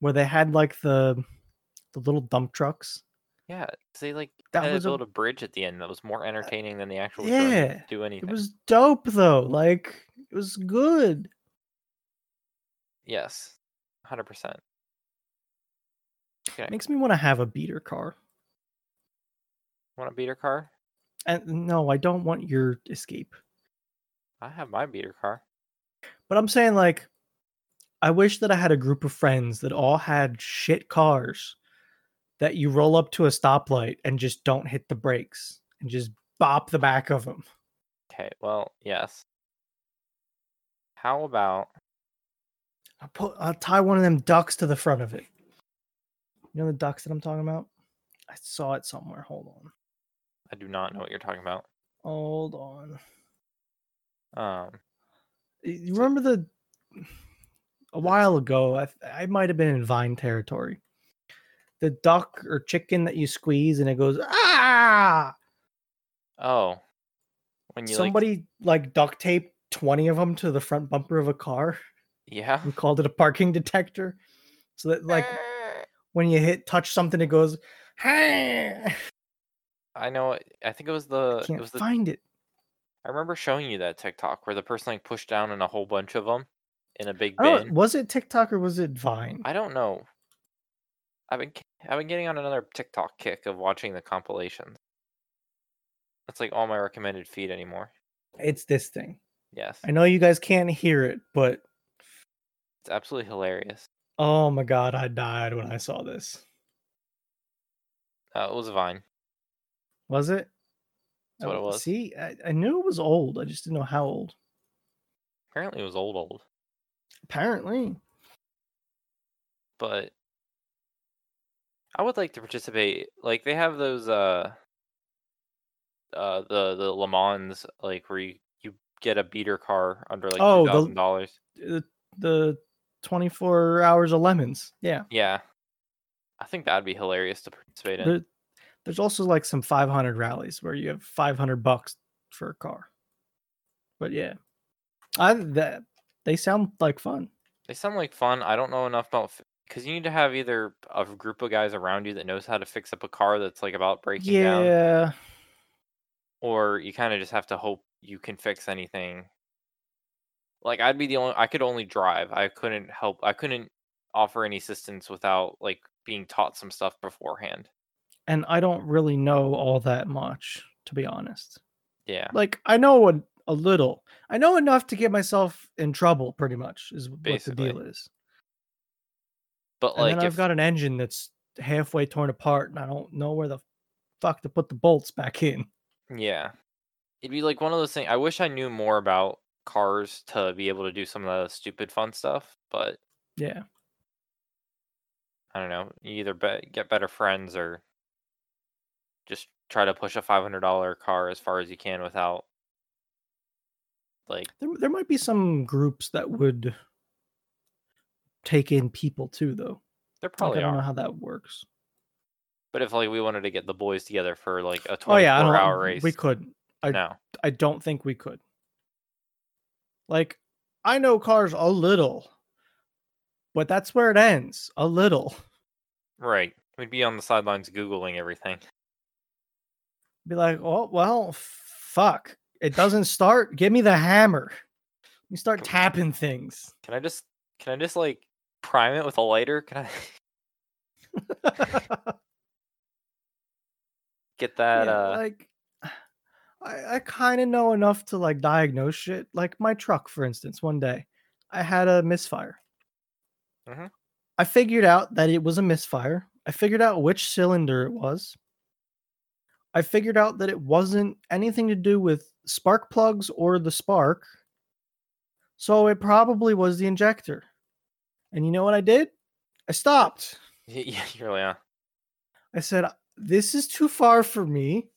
S2: where they had like the the little dump trucks.
S1: Yeah, they like
S2: That
S1: had to
S2: was a-
S1: build a bridge at the end that was more entertaining than the actual. drone
S2: yeah,
S1: didn't do anything.
S2: It was dope though. Like it was good.
S1: yes, hundred percent. Okay,
S2: Makes me want to have a beater car.
S1: want a beater car?
S2: And no, I don't want your escape.
S1: I have my beater car.
S2: But I'm saying like I wish that I had a group of friends that all had shit cars that you roll up to a stoplight and just don't hit the brakes and just bop the back of them.
S1: Okay, well, yes. How about
S2: I'll put I'll tie one of them ducks to the front of it. You know the ducks that I'm talking about? I saw it somewhere. Hold on.
S1: I do not know what you're talking about.
S2: Hold on.
S1: Um,
S2: Y- You remember the a while ago, I, th- I might have been in vine territory. The duck or chicken that you squeeze and it goes ah.
S1: oh, when you like,
S2: Somebody like, duct taped 20 of them to the front bumper of a car
S1: yeah.
S2: and called it a parking detector. So that like
S1: Ah.
S2: when you hit touch something it goes "Ah!" hey.
S1: I know. it- I think it was the. Uh, It
S2: Can't
S1: was the.
S2: find it.
S1: I remember showing you that TikTok where the person like pushed down on a whole bunch of them in a big
S2: I don't,
S1: bin.
S2: Oh, was it TikTok or was it Vine?
S1: I don't know. I've been k- I've been getting on another TikTok kick of watching the compilations. That's like all my recommended feed anymore.
S2: It's this thing.
S1: Yes.
S2: I know you guys can't hear it, but
S1: It's absolutely hilarious.
S2: Oh my god, I died when I saw this.
S1: Uh, it was Vine.
S2: Was it?
S1: That's what it
S2: Uh,
S1: was.
S2: See, I, I knew it was old. I just didn't know how old.
S1: Apparently, it was old, old.
S2: Apparently.
S1: but I would like to participate. Like they have those uh uh the the Le Mans like where you, you get a beater car under like
S2: Oh,
S1: two
S2: the-
S1: thousand dollars.
S2: The, the 24 hours of lemons. Yeah.
S1: Yeah. I think that'd be hilarious to participate in.
S2: There- there's also like some 500 rallies where you have 500 bucks for a car. But yeah. I that they sound like fun.
S1: They sound like fun. I don't know enough about because you need to have either a group of guys around you that knows how to fix up a car that's like about breaking down,
S2: yeah.
S1: or you kind of just have to hope you can fix anything. Like I'd be the only I could only drive. I couldn't help. I couldn't offer any assistance without like being taught some stuff beforehand.
S2: And I don't really know all that much, to be honest.
S1: Yeah,
S2: Like I know a, a little. I know enough to get myself in trouble pretty much is what the
S1: Basically.
S2: deal is.
S1: but
S2: and
S1: like
S2: then
S1: if
S2: I've got an engine that's halfway torn apart, and I don't know where the fuck to put the bolts back in.
S1: yeah, it'd be like one of those things. I wish I knew more about cars to be able to do some of the stupid fun stuff, but
S2: Yeah,
S1: I don't know. You either be- get better friends or just try to push a five hundred dollar car as far as you can without like
S2: there there might be some groups that would take in people too, though.
S1: there
S2: Like, I
S1: probably
S2: don't know
S1: are.
S2: how that works.
S1: But if like we wanted to get the boys together for like a
S2: Oh
S1: twenty
S2: yeah, I
S1: four
S2: don't,
S1: hour race,
S2: we couldn't. I-
S1: no,
S2: I don't think we could. Like, I know cars a little, but that's where it ends. A little.
S1: right? We'd be on the sidelines googling everything.
S2: Be like, oh well, fuck. It doesn't start. Give me the hammer. You start tapping things.
S1: Can I just can I just like prime it with a lighter? Can I get that?
S2: Yeah,
S1: uh
S2: like I, I kind of know enough to like diagnose shit. Like my truck, for instance, one day I had a misfire.
S1: Mhm.
S2: I figured out that it was a misfire. I figured out which cylinder it was. I figured out that it wasn't anything to do with spark plugs or the spark. So it probably was the injector. And you know what I did? I stopped.
S1: y- yeah, you're like, uh,
S2: I said, This is too far for me.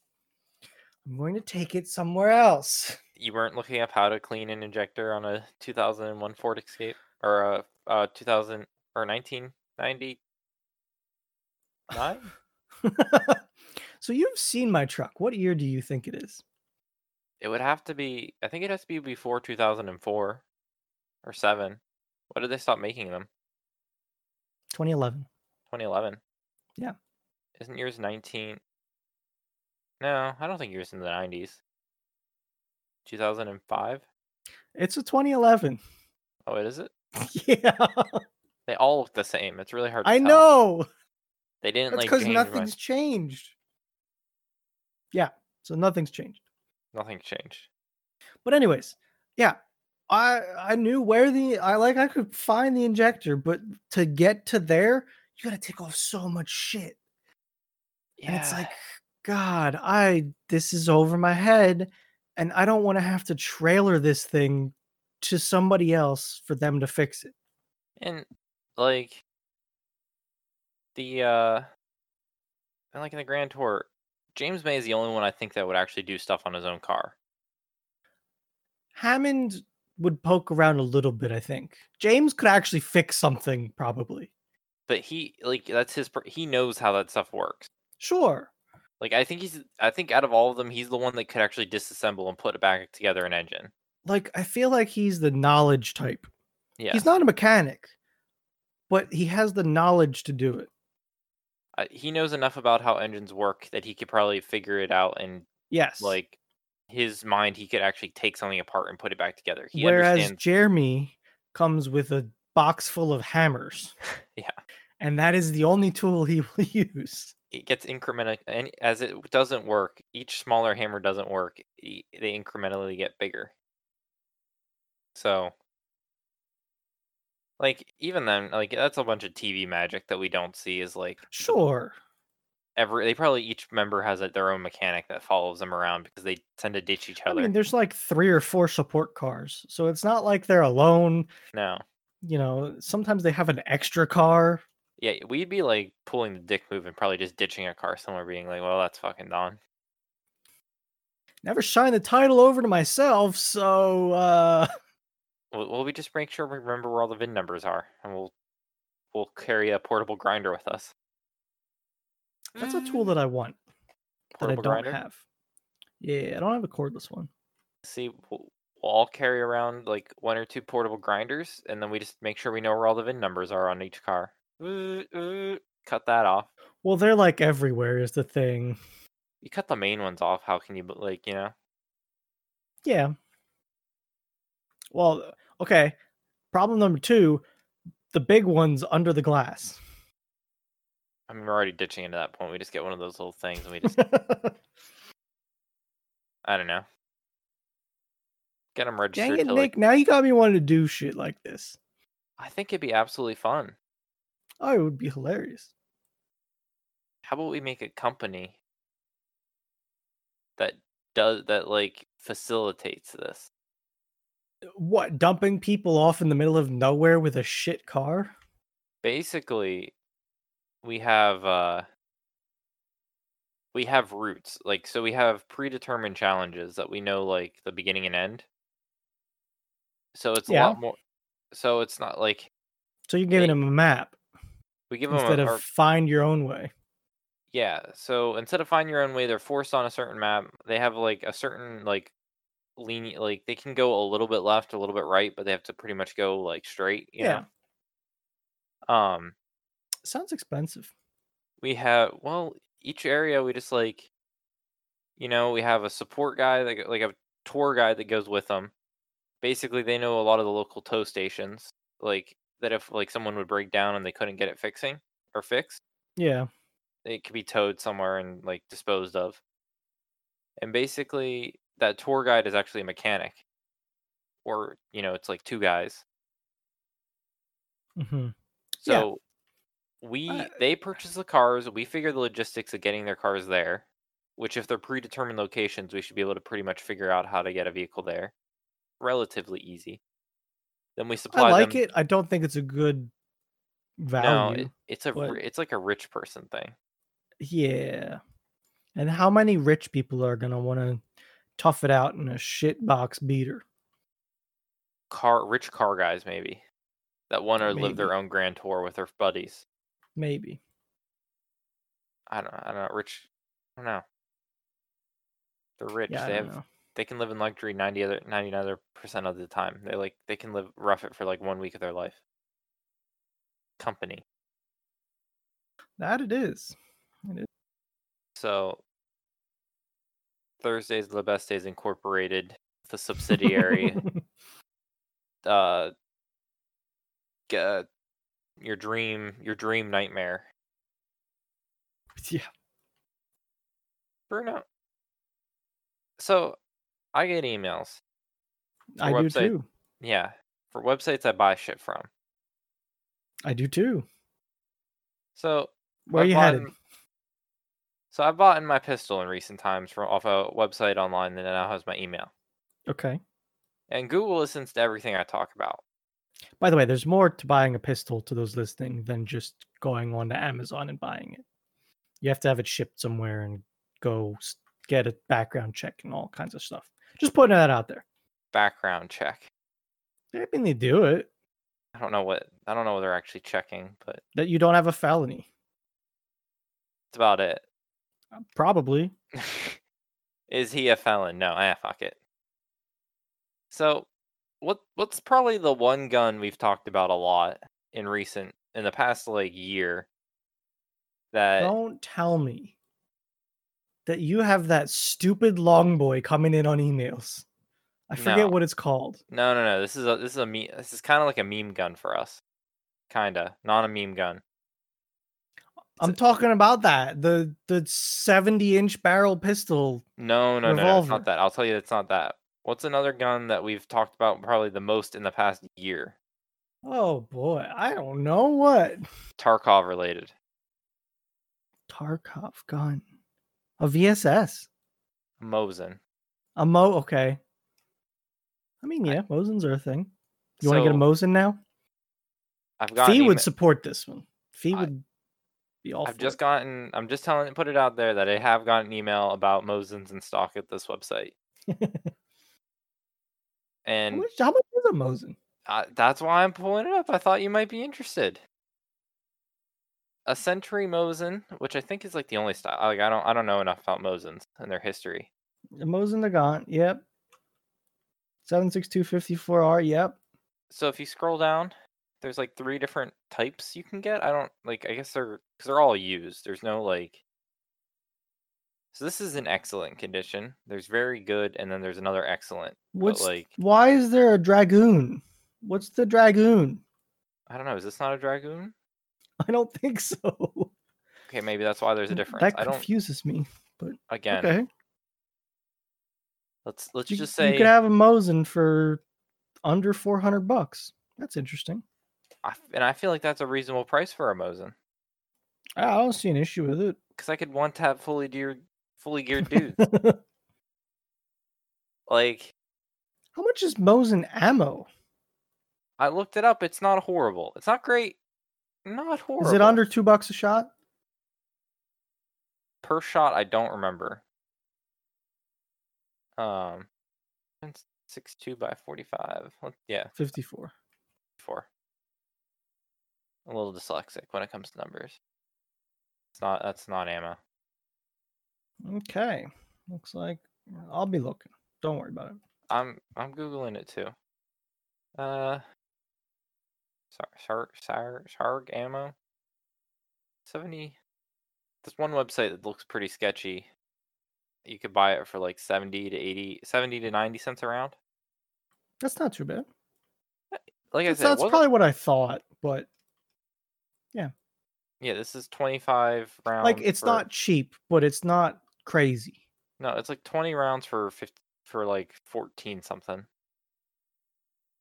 S2: I'm going to take it somewhere else.
S1: you weren't looking up how to clean an injector on a 2001 Ford Escape or a uh, 2000 or 1999.
S2: so you've seen my truck. What year do you think it is?
S1: It would have to be. I think it has to be before 2004 or seven. What did they stop making them?
S2: 2011.
S1: 2011.
S2: Yeah.
S1: Isn't yours 19? No, I don't think yours in the 90s. 2005.
S2: It's a 2011.
S1: Oh, it is it?
S2: yeah.
S1: They all look the same. It's really hard. To
S2: I
S1: tell.
S2: know.
S1: They didn't
S2: That's
S1: like
S2: because
S1: change nothing's...
S2: nothing's changed. Yeah. So nothing's changed.
S1: nothing changed.
S2: But anyways, yeah, I I knew where the I like I could find the injector, but to get to there, you gotta take off so much shit.
S1: Yeah.
S2: And it's like, God, I this is over my head, and I don't want to have to trailer this thing to somebody else for them to fix it.
S1: and like the uh and like in the Grand Tour, James May is the only one I think that would actually do stuff on his own car.
S2: Hammond would poke around a little bit, I think. James could actually fix something, probably.
S1: But he like that's his pr- he knows how that stuff works.
S2: Sure.
S1: Like I think he's I think out of all of them, he's the one that could actually disassemble and put back together an engine.
S2: Like I feel like he's the knowledge type.
S1: Yeah,
S2: He's not a mechanic, but he has the knowledge to do it.
S1: I, he knows enough about how engines work that he could probably figure it out and
S2: Yes.
S1: like his mind he could actually take something apart and put it back together. He
S2: whereas
S1: understands
S2: Jeremy comes with a box full of hammers.
S1: Yeah.
S2: And that is the only tool he will use.
S1: it gets incremental and as it doesn't work each smaller hammer doesn't work e- they incrementally get bigger so Like even then, like that's a bunch of TV magic that we don't see. Is like
S2: Sure.
S1: every they probably each member has like, their own mechanic that follows them around because they tend to ditch each
S2: I
S1: other.
S2: mean, there's like three or four support cars. So it's not like they're alone.
S1: no,
S2: You know, sometimes they have an extra car.
S1: yeah, we'd be like pulling the dick move and probably just ditching a car somewhere, being like, "Well, that's fucking Don."
S2: Never shine the title over to myself. So, uh,
S1: Well, well, we just make sure we remember where all the VIN numbers are, and we'll we'll carry a portable grinder with us.
S2: that's a tool that I want that
S1: Mm,
S2: I
S1: Portable
S2: don't
S1: grinder.
S2: have. Yeah, I don't have a cordless one.
S1: See, we'll, we'll all carry around like one or two portable grinders, and then we just make sure we know where all the VIN numbers are on each car. Cut that off.
S2: Well, they're like everywhere, is the thing.
S1: You cut the main ones off. How can you, but, like, you know?
S2: Yeah. Well, okay. Problem number two the big ones under the glass.
S1: I mean, we're already ditching into that point. We just get one of those little things, and we just, I don't know. Get them registered
S2: Dang it,
S1: to
S2: Nick.
S1: like.
S2: Now you got me wanting to do shit like this.
S1: I think it'd be absolutely fun.
S2: Oh, it would be hilarious.
S1: how about we make a company that does that like facilitates this
S2: What, dumping people off in the middle of nowhere with a shit car?
S1: basically we have uh we have routes like so we have predetermined challenges that we know like the beginning and end so it's
S2: Yeah.
S1: a lot more so it's not like
S2: So you're giving
S1: Hey,
S2: them a map
S1: we give them
S2: instead
S1: a,
S2: of
S1: our-
S2: find your own way.
S1: Yeah, so instead of find your own way, they're forced on a certain map. They have like a certain like lean like they can go a little bit left, a little bit right, but they have to pretty much go like straight, you
S2: Yeah.
S1: know? Um
S2: Sounds expensive.
S1: we have well, each area we just like you know, we have a support guy that go- like a tour guide that goes with them. Basically, they know a lot of the local tow stations like that if like someone would break down and they couldn't get it fixing or fixed
S2: Yeah.
S1: it could be towed somewhere and like disposed of. And basically, that tour guide is actually a mechanic, or you know, it's like two guys.
S2: hmm Yeah.
S1: So we
S2: Uh,
S1: they purchase the cars. We figure the logistics of getting their cars there, which if they're predetermined locations, we should be able to pretty much figure out how to get a vehicle there, relatively easy. Then we supply
S2: I like
S1: them.
S2: it. I don't think it's a good
S1: No,
S2: value.
S1: it, it's a
S2: but-
S1: ri- it's like a rich person thing.
S2: Yeah. And how many rich people are going to want to tough it out in a shit box beater?
S1: Car rich car guys maybe that want to live their
S2: Maybe.
S1: own grand tour with their buddies.
S2: Maybe.
S1: I don't I don't know, rich I don't know. They're rich.
S2: Yeah, I
S1: they
S2: don't
S1: have
S2: know.
S1: they can live in luxury ninety other ninety nine other percent of the time. They like they can live rough it for like one week of their life. Company.
S2: That it is.
S1: So Thursdays the best days incorporated the subsidiary uh g- uh, your dream your dream nightmare.
S2: yeah.
S1: Bruno. So I get emails.
S2: I do
S1: website.
S2: too.
S1: Yeah. For websites I buy shit from.
S2: I do too.
S1: So
S2: Where
S1: I
S2: you
S1: bought
S2: headed?
S1: in- So I bought in my pistol in recent times from off a website online that now has my email.
S2: Okay.
S1: And Google listens to everything I talk about.
S2: By the way, there's more to buying a pistol to those listening than just going on to Amazon and buying it. You have to have it shipped somewhere and go s- get a background check and all kinds of stuff. Just putting that out there.
S1: Background check.
S2: I mean, they do it.
S1: I don't know what I don't know what they're actually checking, but
S2: That you don't have a felony. Uh,
S1: that's about it.
S2: Probably.
S1: Is he a felon? No, ah fuck it. So what what's probably the one gun we've talked about a lot in recent in the past like year that
S2: Don't tell me that you have that stupid long boy coming in on emails. I forget
S1: No.
S2: what it's called.
S1: No, no, no. This is a this is a me. This is kind of like a meme gun for us. Kinda, not a meme gun.
S2: I'm talking about that the the 70 inch barrel pistol.
S1: No, no, no, no. It's
S2: Revolver.
S1: not that. I'll tell you, it's not that. What's another gun that we've talked about probably the most in the past year?
S2: Oh boy, I don't know what
S1: Tarkov related.
S2: Tarkov gun, a VSS,
S1: Mosin.
S2: a Mo. Okay, I mean, yeah, Mosins are a thing. You want to get
S1: So,
S2: a Mosin now?
S1: I've got
S2: Fee would support this one. Fee
S1: I-
S2: would be all.
S1: I've
S2: for
S1: just
S2: it.
S1: gotten. I'm just telling. Put it out there that I have gotten an email about Mosins in stock at this website,
S2: how,
S1: and
S2: much, how much is a Mosin?
S1: I, that's why I'm pulling it up. I thought you might be interested. A Century Mosin, which I think is like the only style. Like I don't. I don't know enough about Mosins and their history.
S2: A Mosin Nagant. Yep. Seven six two fifty four R. Yep.
S1: So if you scroll down, there's like three different types you can get. I don't like. I guess they're because they're all used. There's no like. So this is in excellent condition. There's very good, and then there's another excellent.
S2: What's
S1: like-
S2: why is there a dragoon? What's the dragoon?
S1: I don't know. Is this not a dragoon?
S2: I don't think so.
S1: Okay, maybe that's why there's a difference.
S2: Mm, That
S1: I don't.
S2: confuses me.
S1: Again,
S2: okay.
S1: let's let's
S2: you,
S1: just say
S2: you could have a Mosin for under 400 bucks. That's interesting.
S1: I f and I feel like that's a reasonable price for a Mosin
S2: I I don't see an issue with it.
S1: because I could want to have fully geared, fully geared dudes. like
S2: How much is Mosin ammo?
S1: I looked it up. It's not horrible. It's not great. Not horrible.
S2: Is it under two bucks a shot?
S1: per shot? I don't remember. Um, six two by forty five. Yeah,
S2: 54.
S1: four. A little dyslexic when it comes to numbers. It's not. That's not ammo.
S2: Okay. Looks like I'll be looking. Don't worry about it.
S1: I'm I'm googling it too. Uh, Sar Sar Sarg ammo. Seventy. There's one website that looks pretty sketchy. You could buy it for like seventy to 80, 70 to ninety cents a round.
S2: That's not too bad.
S1: Like I
S2: That's,
S1: said,
S2: that's
S1: wasn't-
S2: probably what I thought, but
S1: yeah. This is twenty five rounds.
S2: like it's
S1: for-
S2: not cheap, but it's not crazy.
S1: No, it's like twenty rounds for 50, for like fourteen something.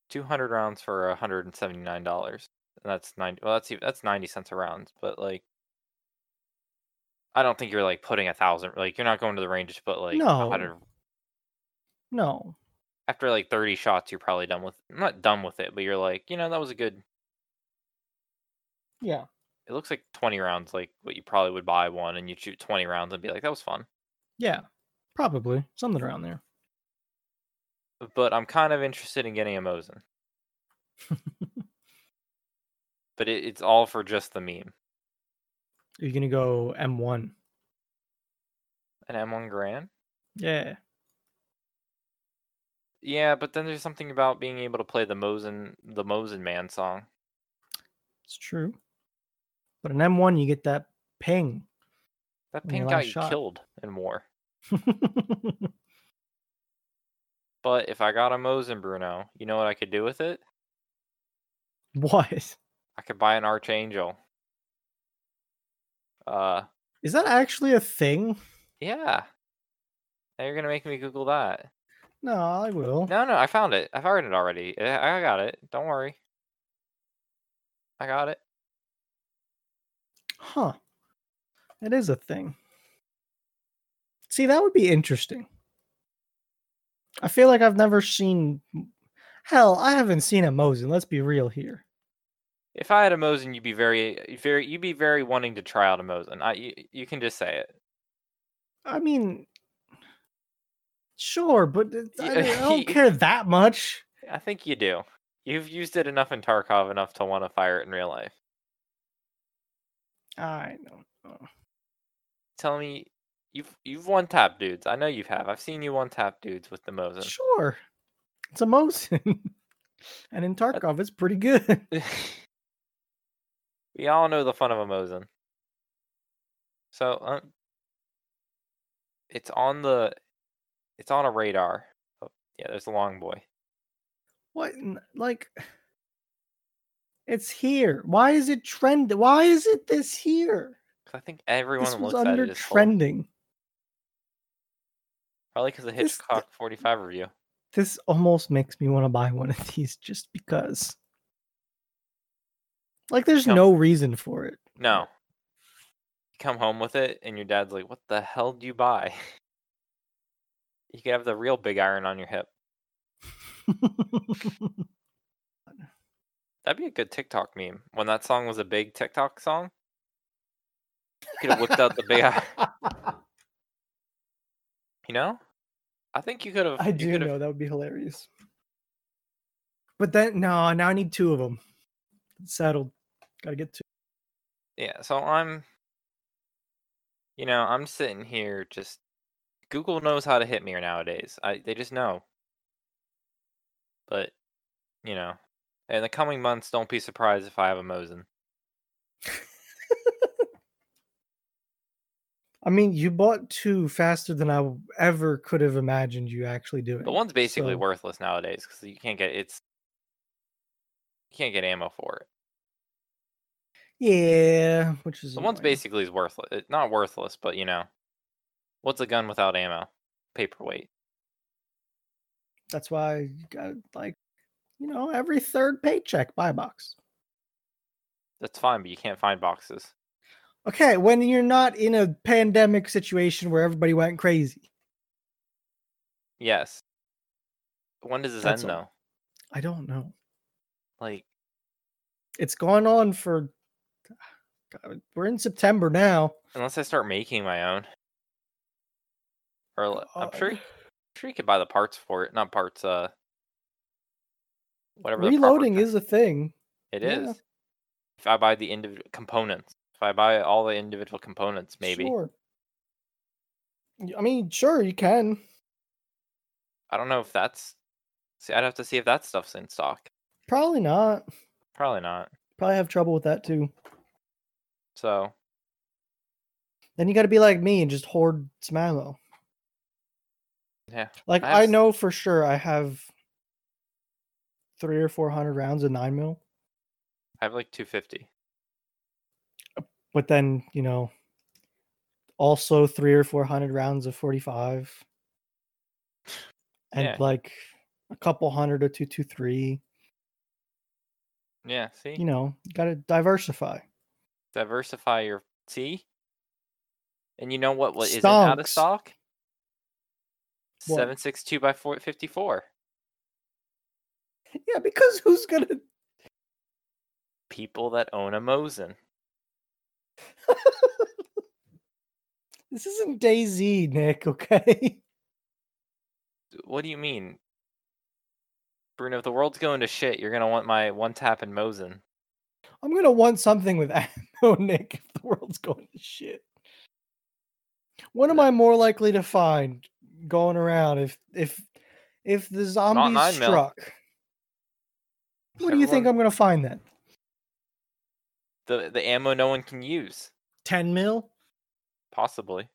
S1: Two hundred rounds for hundred and seventy nine dollars, and that's ninety. Well, that's even, that's ninety cents a round, but like, I don't think you're like putting a thousand. Like, you're not going to the range to put like a
S2: No.
S1: hundred.
S2: No.
S1: After like thirty shots, you're probably done with. Not done with it, but you're like, you know, that was a good.
S2: Yeah.
S1: It looks like twenty rounds, like what you probably would buy one, and you shoot twenty rounds and be like, that was fun.
S2: Yeah. Probably. Something around there.
S1: but I'm kind of interested in getting a Mosin. but it, it's all for just the meme.
S2: Are you going to go M1?
S1: An M1 Grand?
S2: Yeah.
S1: Yeah, but then there's something about being able to play the Mosin the Mosin Man song.
S2: It's true. But an M1, you get that ping.
S1: That
S2: When your
S1: pink
S2: last
S1: got you
S2: shot.
S1: killed in war. But if I got a Mosin Bruno, you know what I could do with it?
S2: what?
S1: I could buy an Archangel. Uh
S2: Is that actually a thing?
S1: yeah. Now you're gonna make me Google that.
S2: No, I will.
S1: No, no, I found it. I've heard it already. Eh, I got it. Don't worry. I got it.
S2: Huh. That is a thing. See, that would be interesting. I feel like I've never seen. Hell, I haven't seen a Mosin. Let's be real here.
S1: If I had a Mosin, you'd be very, eh, very, you'd be very wanting to try out a Mosin. I, you, you can just say it.
S2: I mean, sure, but it- I
S1: Yeah,
S2: don't- I don't
S1: you-
S2: care that much.
S1: I think you do. You've used it enough in Tarkov enough to want to fire it in real life.
S2: I don't know.
S1: Tell me, you've you've one tap dudes. I know you have. I've seen you one tap dudes with the Mosin.
S2: Sure. It's a Mosin. and in Tarkov, it's pretty good.
S1: we all know the fun of a Mosin. So, uh, it's on the, it's on a radar. Oh, yeah, there's a long boy.
S2: What? in- Like, it's here. Why is it trend? Why is it this here?
S1: 'Cause I think everyone
S2: This
S1: that
S2: was
S1: looks at
S2: under
S1: it is sold.
S2: trending.
S1: probably because of
S2: This-
S1: Hitchcock 45 review.
S2: This almost makes me want to buy one of these just because. Like there's
S1: No.
S2: no reason for it.
S1: No. You come home with it, and your dad's like, "What the hell do you buy?" You could have the real big iron on your hip. That'd be a good TikTok meme. When that song was a big TikTok song, you could have whipped out the big iron. You know, I think you could have.
S2: I
S1: you
S2: do
S1: could have-
S2: know that would be hilarious. But then no, now I need two of them. Settled. Gotta get two.
S1: yeah so i'm you know i'm sitting here just google knows how to hit me nowadays i they just know but you know in the coming months don't be surprised if i have a mosin
S2: I mean, you bought two faster than I w- ever could have imagined you actually doing.
S1: the one's basically
S2: So-
S1: worthless nowadays because you can't get it's you can't get ammo for it
S2: Yeah, which is
S1: the one's
S2: annoying.
S1: basically is worthless it- not worthless but you know what's a gun without ammo paperweight
S2: That's why you got like, you know, every third paycheck buy a box.
S1: that's fine but you can't find boxes
S2: Okay, when you're not in a pandemic situation where everybody went crazy,
S1: yes when does this
S2: That's
S1: end
S2: all.
S1: though
S2: I don't know.
S1: like
S2: It's gone on for. God, we're in September now.
S1: Unless I start making my own. Or li- I'm sure you,
S2: God.
S1: sure you could buy the parts for it. Not parts, uh whatever the proper
S2: Reloading
S1: ter-
S2: is a thing.
S1: it
S2: yeah.
S1: is. If I buy the individual components. If I buy all the individual components, maybe.
S2: Sure. Y- I mean, sure you can.
S1: I don't know if that's see I'd have to see if that stuff's in stock.
S2: Probably not.
S1: Probably not.
S2: Probably have trouble with that too.
S1: So
S2: Then you got to be like me and just hoard some ammo.
S1: Yeah,
S2: Like
S1: I have
S2: I,
S1: s-
S2: know for sure I have three or four hundred rounds of nine mil,
S1: I have like two fifty.
S2: but then you know, also three or four hundred rounds of forty five, and
S1: Yeah.
S2: like a couple hundred of two two three.
S1: Yeah, see?
S2: You know, got to diversify.
S1: Diversify your see? And you know what what isn't out of
S2: Stonks.
S1: stock?
S2: What?
S1: Seven six two by four fifty four.
S2: Yeah, because who's gonna?
S1: people that own a Mosin.
S2: This isn't Daisy, Nick. Okay.
S1: What do you mean? Bruno, if the world's going to shit, you're gonna want my one tap and Mosin.
S2: I'm gonna want something with ammo, Nick, if the world's going to shit. What am I more likely to find going around if if if the zombies
S1: nine mil.
S2: struck? What do you think I'm
S1: Everyone-
S2: gonna find then?
S1: the the ammo no one can use?
S2: Ten mil?
S1: Possibly.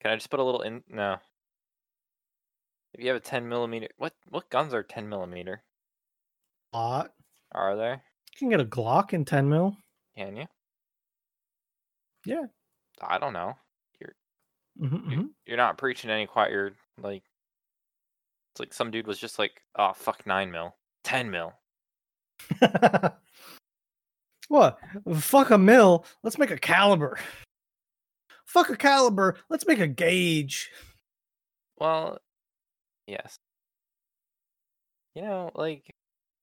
S1: Can I just put a little in no. If you have a ten millimeter what what guns are ten millimeter?
S2: Lot.
S1: Are there?
S2: You can get a Glock in ten mil.
S1: Can you?
S2: Yeah.
S1: I don't know.
S2: Mhm, mhm.
S1: You're not preaching any quiet you're like it's like some dude was just like, oh fuck nine mil. Ten mil.
S2: mm-hmm. what? Fuck a mill. Let's make a caliber. Fuck a caliber. Let's make a gauge.
S1: Well, yes. You know, like,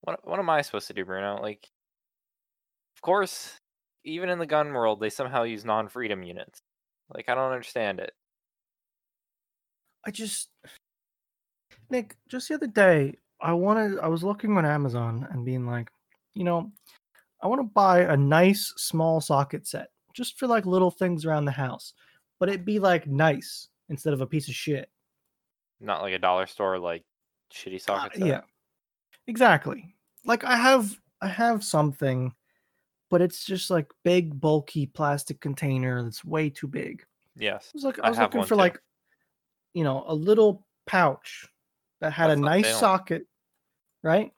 S1: what what am I supposed to do, Bruno? Like, of course, even in the gun world, they somehow use non-freedom units. Like, I don't understand it.
S2: I just Nick, just the other day, I wanted I was looking on Amazon and being like, you know, I want to buy a nice small socket set just for like little things around the house, but it'd be like nice instead of a piece of shit.
S1: Not like a dollar store, like shitty
S2: Uh,
S1: sockets.
S2: yeah. Exactly. Like I have I have something, but it's just like big bulky plastic container that's way too big.
S1: Yes.
S2: I was like,
S1: I
S2: I was
S1: have
S2: looking
S1: one
S2: for
S1: too.
S2: like, you know, a little pouch that had
S1: That's
S2: a
S1: not
S2: nice
S1: balanced.
S2: socket, right?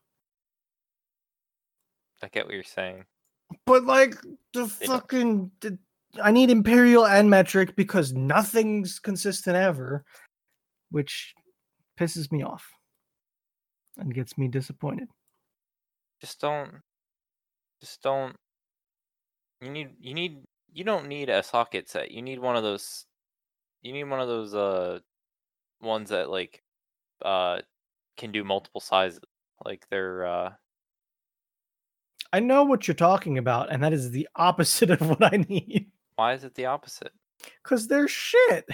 S1: I get what you're saying.
S2: But like the
S1: They don't.
S2: fucking, the- I need imperial and metric because nothing's consistent ever, which pisses me off and gets me disappointed.
S1: Just don't. Just don't. You need you need you don't need a socket set. You need one of those. You need one of those uh ones that like uh can do multiple sizes. Like they're uh
S2: I know what you're talking about, and that is the opposite of what I need.
S1: why is it the opposite?
S2: Cause they're shit.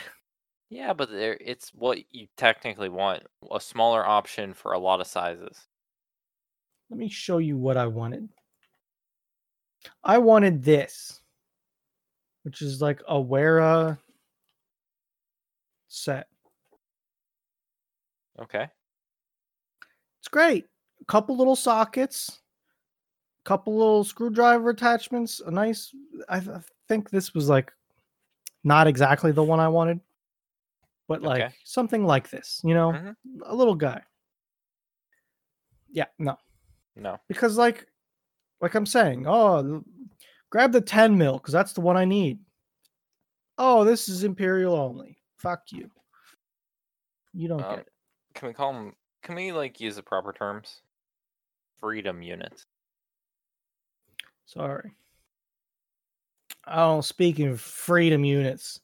S1: Yeah, but there it's what you technically want. A smaller option for a lot of sizes.
S2: Let me show you what I wanted. I wanted this, which is like a Wera set.
S1: Okay.
S2: It's great. A couple little sockets, couple little screwdriver attachments. A nice. I, th- I think this was like not exactly the one I wanted, but
S1: Okay.
S2: like something like this. You know,
S1: Mhm.
S2: a little guy. Yeah, no,
S1: No.
S2: because like, like I'm saying, oh, l- grab the ten mil because that's the one I need. Oh, this is imperial only. Fuck you. You don't
S1: Um,
S2: get it.
S1: Can we call them? Can we like use the proper terms? Freedom units.
S2: Sorry. Oh, speaking of freedom units,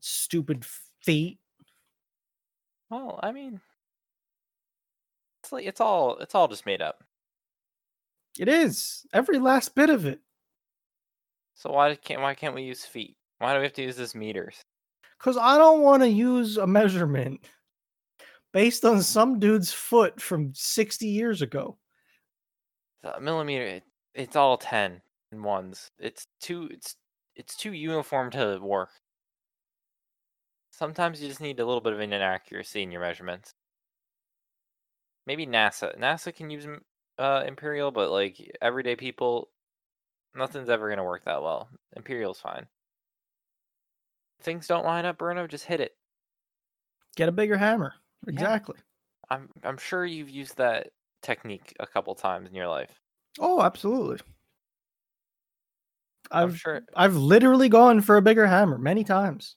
S2: stupid feet.
S1: Well, I mean, it's like it's all it's all just made up.
S2: It is every last bit of it.
S1: So why can't why can't we use feet? Why do we have to use this meters?
S2: Cause I don't want to use a measurement based on some dude's foot from 60 years ago.
S1: The millimeter. It, it's all ten and ones. It's too it's it's too uniform to work. Sometimes you just need a little bit of an inaccuracy in your measurements. Maybe NASA. NASA can use m- uh, imperial, but like everyday people, nothing's ever gonna work that well. Imperial's fine. Things don't line up, Bruno. Just hit it.
S2: Get a bigger hammer. Exactly.
S1: I'm I'm sure you've used that technique a couple times in your life.
S2: Oh, absolutely.
S1: I'm
S2: I've
S1: Oh, sure
S2: I've literally gone for a bigger hammer many times.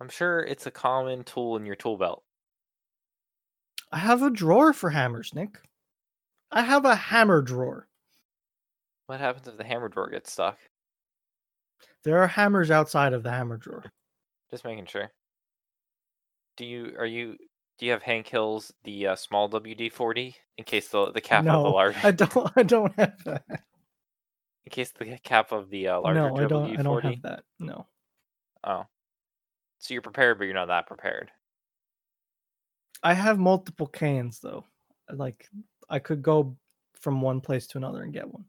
S1: I'm sure it's a common tool in your tool belt.
S2: I have a drawer for hammers, Nick. I have a hammer drawer.
S1: What happens if the hammer drawer gets stuck?
S2: There are hammers outside of the hammer drawer.
S1: Just making sure. Do you are you do you have Hank Hill's the uh, small WD-40 in case the the cap of the
S2: No,
S1: large
S2: I don't. I don't have that.
S1: in case the cap of the uh, larger
S2: No, I don't.
S1: WD-40?
S2: I don't have that. No,
S1: Oh, so you're prepared, but you're not that prepared.
S2: I have multiple cans though. Like I could go from one place to another and get one.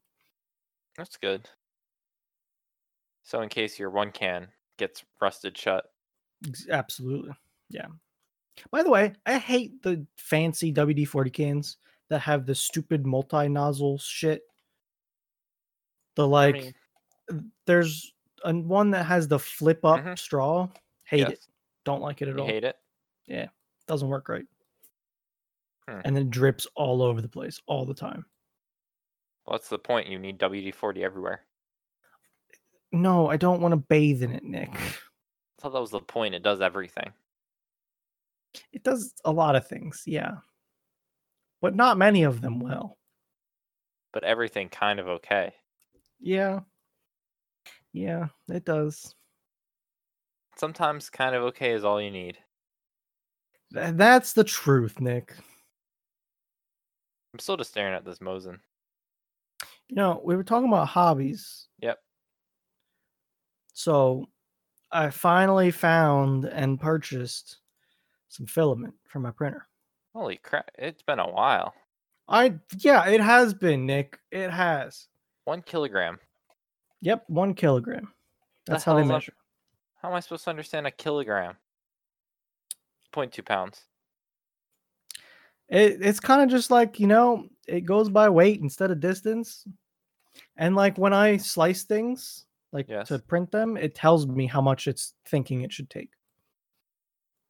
S1: That's good. So in case your one can gets rusted shut,
S2: Ex- Absolutely. Yeah. By the way, I hate the fancy WD-40 cans that have the stupid multi-nozzle shit. The
S1: I
S2: like,
S1: mean,
S2: there's an one that has the flip up
S1: Mhm.
S2: straw. Hate it.
S1: yes,
S2: Don't like it at
S1: you
S2: all.
S1: hate it.
S2: doesn't work right.
S1: Hmm.
S2: And then drips all over the place all the time.
S1: What's the point? You need WD-40 everywhere.
S2: No, I don't want to bathe in it, Nick.
S1: I thought that was the point. It does everything.
S2: It does a lot of things, yeah. But not many of them well.
S1: but everything kind of okay.
S2: Yeah. Yeah, it does.
S1: Sometimes kind of okay is all you need.
S2: Th- that's the truth, Nick.
S1: I'm still just staring at this Mosin.
S2: You know, we were talking about hobbies.
S1: Yep.
S2: So I finally found and purchased some filament for my printer.
S1: Holy crap, it's been a while.
S2: I yeah, it has been, Nick. It has.
S1: One kilogram.
S2: Yep, one kilogram.
S1: The
S2: That's how they
S1: hell's up-
S2: measure.
S1: How am I supposed to understand a kilogram? 0.2 pounds.
S2: It, it's kind of just like you know, it goes by weight instead of distance. And like when I slice things, like
S1: Yes.
S2: to print them, it tells me how much it's thinking it should take.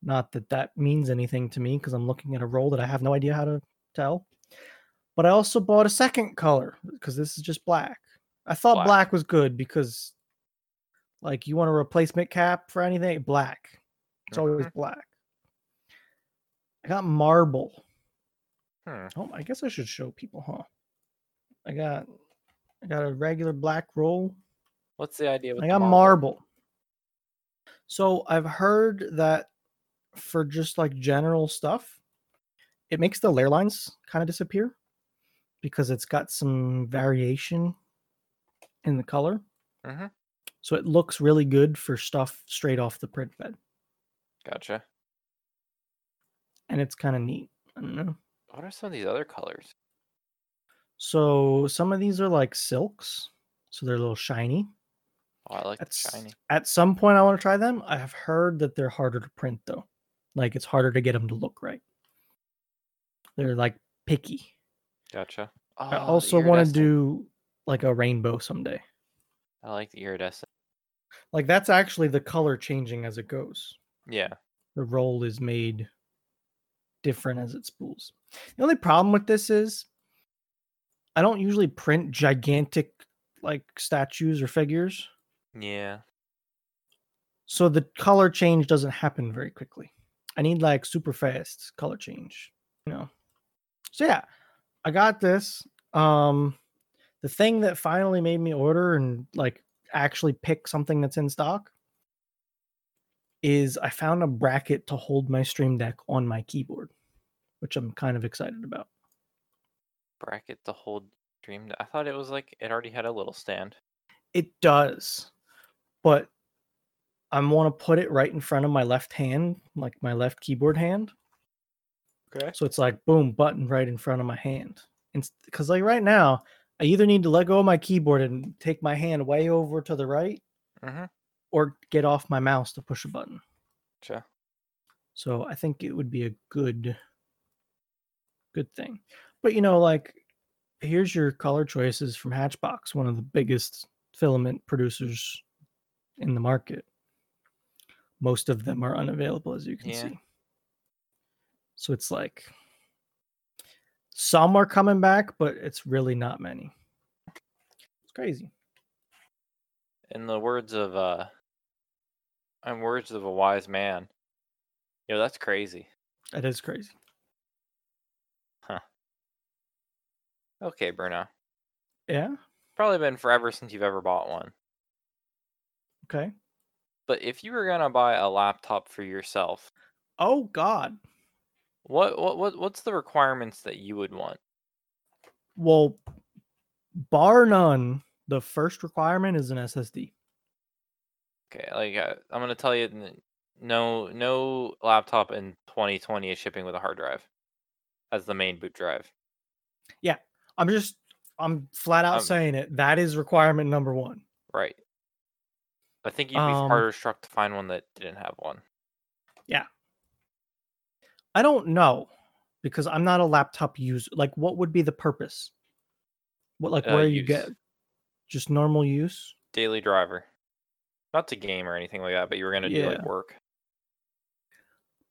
S2: Not that that means anything to me because I'm looking at a roll that I have no idea how to tell. But I also bought a second color because this is just black. I thought
S1: Black.
S2: black, was good because, like, you want a replacement cap for anything, black. It's always
S1: Mhm.
S2: black. I got marble.
S1: Hmm.
S2: Oh, I guess I should show people, huh? I got I got a regular black roll.
S1: What's the idea? With
S2: I
S1: the
S2: got marble.
S1: marble?
S2: So I've heard that for just like general stuff, it makes the layer lines kind of disappear because it's got some variation in the color.
S1: Mhm.
S2: So it looks really good for stuff straight off the print bed.
S1: Gotcha.
S2: And it's kind of neat. I don't know.
S1: What are some of these other colors?
S2: So some of these are like silks. So they're a little shiny.
S1: Oh, I like the
S2: That's
S1: shiny.
S2: At some point, I want to try them. I have heard that they're harder to print though. Like it's harder to get them to look right. They're like picky.
S1: Gotcha.
S2: I
S1: Oh, the
S2: also want to
S1: iridescent.
S2: do like a rainbow someday.
S1: I like the iridescent.
S2: Like that's actually the color changing as it goes.
S1: Yeah.
S2: The roll is made different as it spools. The only problem with this is I don't usually print gigantic like statues or figures.
S1: Yeah.
S2: So the color change doesn't happen very quickly. I need like super fast color change, you know. So yeah, I got this. Um the thing that finally made me order and like actually pick something that's in stock is I found a bracket to hold my stream deck on my keyboard, which I'm kind of excited about.
S1: Bracket the whole dream. I thought it was like it already had a little stand.
S2: It does. But I want to put it right in front of my left hand, like my left keyboard hand.
S1: Okay.
S2: So it's like boom, button right in front of my hand. Because like right now, I either need to let go of my keyboard and take my hand way over to the right,
S1: Mhm.
S2: or get off my mouse to push a button.
S1: Gotcha.
S2: So I think it would be a good, good thing. But you know, like here's your color choices from Hatchbox, one of the biggest filament producers in the market. Most of them are unavailable, as you can
S1: Yeah.
S2: see. So it's like some are coming back, but it's really not many. It's crazy.
S1: In the words of uh, in words of a wise man, yo, that's crazy.
S2: That is crazy.
S1: Okay, Bruno.
S2: Yeah.
S1: Probably been forever since you've ever bought one.
S2: Okay.
S1: But if you were gonna buy a laptop for yourself,
S2: Oh God.
S1: what what, what what's the requirements that you would want?
S2: Well, bar none, the first requirement is an SSD.
S1: Okay, like uh, I'm gonna tell you, n- no no laptop in 2020 is shipping with a hard drive as the main boot drive.
S2: I'm just I'm flat out
S1: Um,
S2: saying it. That is requirement number one.
S1: Right. I think you'd be
S2: Um,
S1: harder struck to find one that didn't have one.
S2: I don't know because I'm not a laptop user. Like, what would be the purpose? What like
S1: Uh,
S2: where you
S1: use.
S2: get just normal use?
S1: Daily driver. Not to game or anything like that, but you were gonna do like work.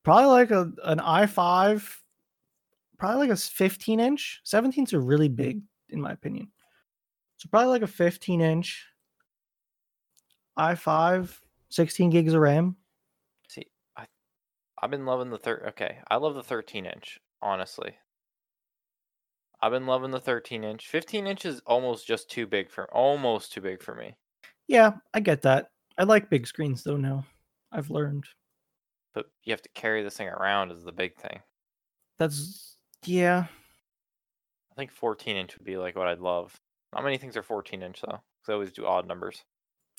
S2: Probably like a an i5, probably like a s- 15 inch. 17s are really big in my opinion. So probably like a 15 inch i5, 16 gigs of RAM.
S1: I've been loving the thir okay. I love the 13 inch, honestly. I've been loving the 13 inch. 15 inch is almost just too big for almost too big for me.
S2: Yeah, I get that. I like big screens though now. I've learned.
S1: But you have to carry this thing around is the big thing.
S2: That's yeah.
S1: I think 14 inch would be like what I'd love. Not many things are 14 inch though. 'cause I always do odd numbers.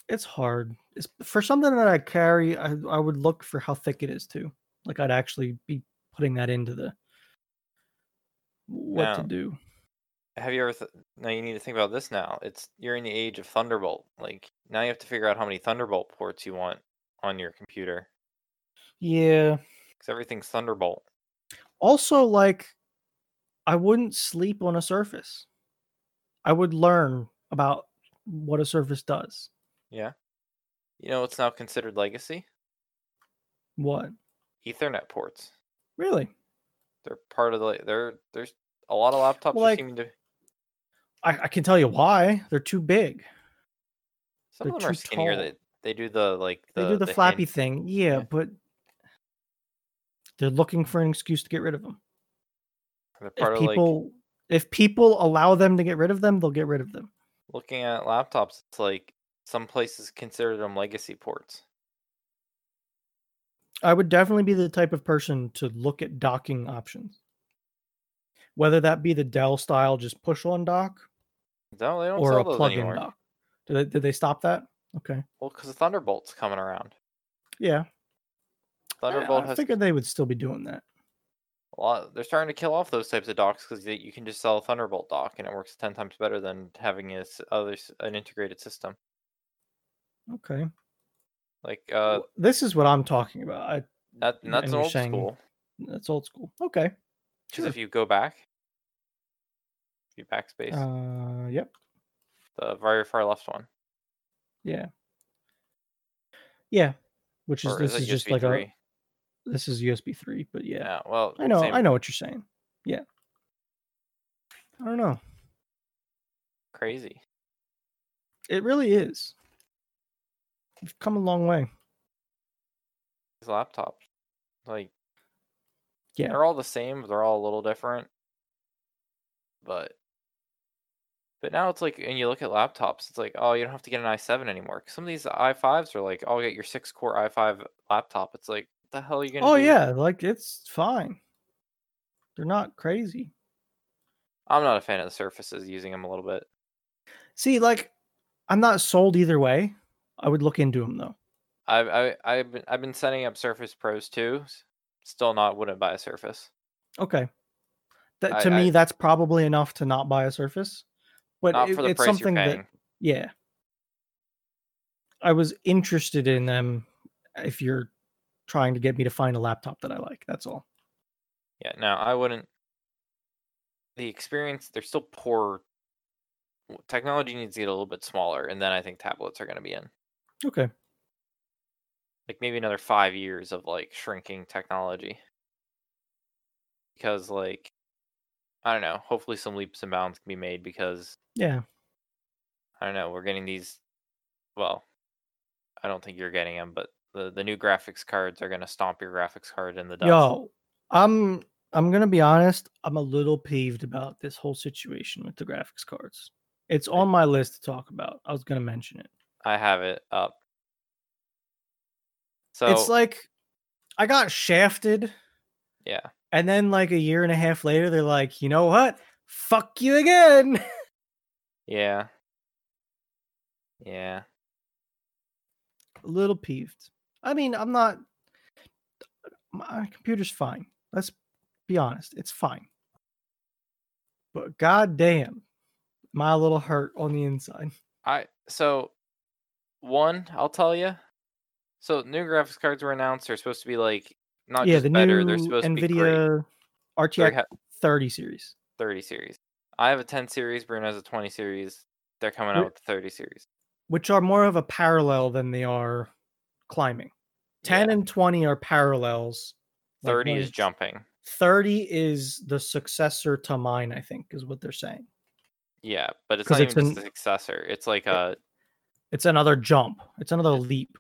S2: It's hard. It's, for something that I carry, I, I would look for how thick it is too. Like I'd actually be putting that into the what to
S1: Now-
S2: do.
S1: Have you ever? Th- now you need to think about this. Now it's you're in the age of Thunderbolt. Like now you have to figure out how many Thunderbolt ports you want on your computer
S2: Yeah.
S1: because everything's Thunderbolt.
S2: Also, like I wouldn't sleep on a surface. I would learn about what a surface does.
S1: Yeah. You know it's now considered legacy
S2: What
S1: Ethernet ports.
S2: really?
S1: They're part of the. They're there's a lot of laptops
S2: Well,
S1: are
S2: like,
S1: seeming to.
S2: I, I can tell you why. They're too big.
S1: Some
S2: they're
S1: of them are
S2: too
S1: skinnier.
S2: tall.
S1: They they do the like the
S2: they do the,
S1: hinge-
S2: flappy thing, yeah,
S1: Yeah.
S2: but they're looking for an excuse to get rid of them.
S1: They're part
S2: If
S1: of like
S2: people If people allow them to get rid of them, they'll get rid of them.
S1: Looking at laptops, it's like some places consider them legacy ports.
S2: I would definitely be the type of person to look at docking options. Whether that be the Dell style just push on dock
S1: No, they don't
S2: or
S1: sell
S2: a
S1: those
S2: plug in
S1: anymore.
S2: dock. Did they, did they stop that? Okay.
S1: Well, because Thunderbolt's coming around.
S2: Yeah. I-
S1: Thunderbolt
S2: I
S1: has
S2: figured they would still be doing that.
S1: a lot. They're starting to kill off those types of docks because you can just sell a Thunderbolt dock and it works ten times better than having a s other s- an integrated system.
S2: Okay.
S1: Like uh,
S2: Wh- this is what I'm talking about. I,
S1: that,
S2: and-
S1: and that's
S2: and
S1: an
S2: you're
S1: old
S2: saying-
S1: school.
S2: that's old school. Okay.
S1: Because
S2: Sure.
S1: if you go back, if you backspace
S2: Uh, yep.
S1: the very far left one,
S2: Yeah. Yeah. Which is
S1: or
S2: this
S1: is,
S2: is,
S1: it
S2: just
S1: USB
S2: like
S1: three?
S2: a this is USB three, but yeah.
S1: yeah. Well,
S2: I know, I
S1: same-
S2: know what you're saying. Yeah. I don't know.
S1: Crazy.
S2: It really is. We've come a long way.
S1: These laptops, like,
S2: Yeah.
S1: they're all the same. but They're all a little different, but but now it's like, and you look at laptops, it's like, oh, you don't have to get an i7 anymore. 'Cause some of these i5s are like, oh, get your six core i5 laptop. It's like, what the hell are you gonna?
S2: Oh
S1: do?
S2: yeah, like it's fine. They're not crazy.
S1: I'm not a fan of the surfaces using them a little bit.
S2: See, like I'm not sold either way. I would look into them though.
S1: I've I, I've been I've been setting up Surface Pros too. s- Still not wouldn't buy a Surface.
S2: Okay. That
S1: I-
S2: to
S1: I-
S2: me, that's probably enough to not buy a Surface. But
S1: not
S2: it-
S1: for the
S2: it's
S1: price you're
S2: something that
S1: paying.
S2: Yeah. I was interested in them if you're trying to get me to find a laptop that I like. That's all.
S1: Yeah, no, I wouldn't. The experience they're still poor. W- Technology needs to get a little bit smaller, and then I think tablets are going to be in
S2: Okay.
S1: like maybe another five years of like shrinking technology. Because like, I don't know. Hopefully, some leaps and bounds can be made because
S2: Yeah.
S1: I don't know. We're getting these. Well, I don't think you're getting them, but the, the new graphics cards are going to stomp your graphics card in the dust.
S2: Yo, I'm I'm gonna be honest, I'm a little peeved about this whole situation with the graphics cards. It's on my list to talk about. I was gonna mention it.
S1: I have it up. So
S2: it's like I got shafted
S1: yeah,
S2: and then like a year and a half later they're like, you know what? Fuck you again.
S1: yeah, yeah.
S2: a little peeved. I mean, I'm not. My computer's fine. Let's be honest, it's fine. But goddamn, my little hurt on the inside.
S1: I so one I'll tell you. So new graphics cards were announced. They're supposed to be like not
S2: yeah,
S1: just
S2: the
S1: better. They're
S2: new
S1: supposed to be great.
S2: Nvidia
S1: They're
S2: RTX
S1: ha-
S2: 30 series.
S1: 30 series. I have a 10 series. Bruno has a 20 series. They're coming out
S2: Wh-
S1: with the 30 series.
S2: which are more of a parallel than they are climbing. 10
S1: Yeah.
S2: and 20 are parallels. like
S1: 30
S2: one
S1: is
S2: each.
S1: jumping.
S2: 30 is the successor to mine, I think, is what they're saying.
S1: Yeah, but it's
S2: 'Cause
S1: not
S2: it's
S1: even just
S2: an-
S1: the successor. It's like
S2: it-
S1: a
S2: It's another jump, it's another leap.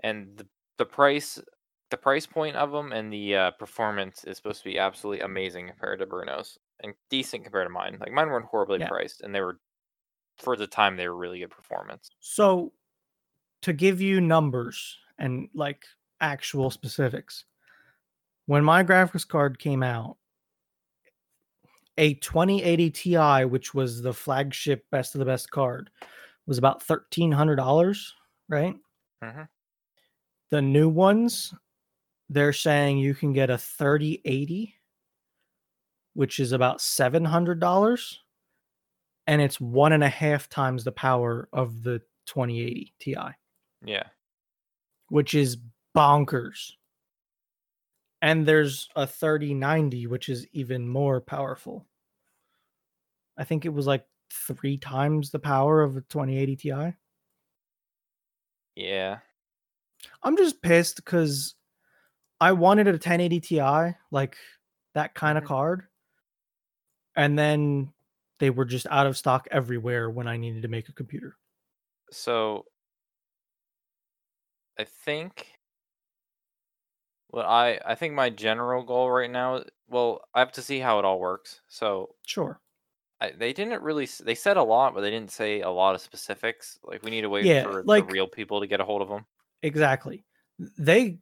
S1: and the, the price, the price point of them and the uh, performance is supposed to be absolutely amazing compared to Bruno's and decent compared to mine. Like mine weren't horribly
S2: Yeah.
S1: priced, and they were for the time they were really good performance.
S2: So, to give you numbers and like actual specifics, when my graphics card came out, a 2080 Ti, which was the flagship best of the best card, was about $1,300, right?
S1: Mhm.
S2: The new ones, they're saying you can get a 3080, which is about $700, and it's one and a half times the power of the 2080 Ti,
S1: Yeah,
S2: which is bonkers. And there's a 3090, which is even more powerful. I think it was like three times the power of a 2080 Ti.
S1: yeah.
S2: I'm just pissed because I wanted a 1080 Ti, like that kind of
S1: Mhm.
S2: card. And then they were just out of stock everywhere when I needed to make a computer.
S1: So I think Well, I I think my general goal right now, well, I have to see how it all works. So
S2: Sure.
S1: I, they didn't really s- they said a lot, but they didn't say a lot of specifics. Like we need to wait
S2: Yeah,
S1: for
S2: like-
S1: the real people to get a hold of them.
S2: Exactly. They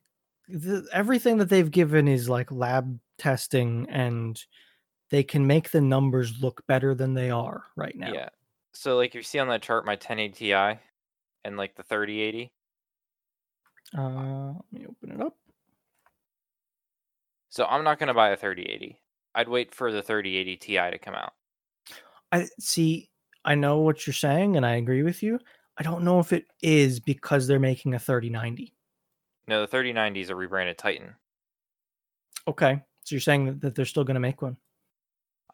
S2: the, everything that they've given is like lab testing and they can make the numbers look better than they are right now.
S1: Yeah. So like if you see on that chart my 1080 Ti and like the 3080.
S2: Uh, let me open it up.
S1: So I'm not gonna buy a 3080. I'd wait for the 3080 Ti to come out.
S2: I see. I know what you're saying, and I agree with you. I don't know if it is because they're making a 3090.
S1: No, the 3090 is a rebranded Titan.
S2: Okay, so you're saying that, that they're still going to make one?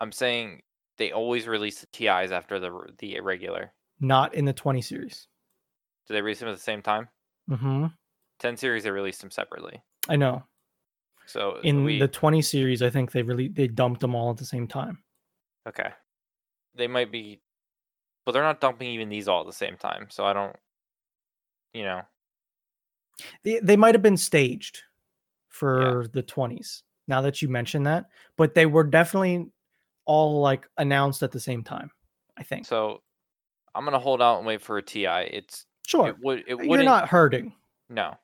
S1: I'm saying they always release the TIs after the r- the regular.
S2: Not in the 20 series.
S1: Do they release them at the same time?
S2: hmm
S1: 10 series they released them separately.
S2: I know.
S1: So
S2: In
S1: we,
S2: the 20 series, I think they really they dumped them all at the same time.
S1: okay, they might be, but they're not dumping even these all at the same time. So I don't, you know,
S2: They they might have been staged for the 20s. Now that you mention that, but they were definitely all like announced at the same time. I think.
S1: so I'm gonna hold out and wait for a TI. It's
S2: sure.
S1: it would it
S2: you're
S1: wouldn't
S2: not hurting.
S1: no,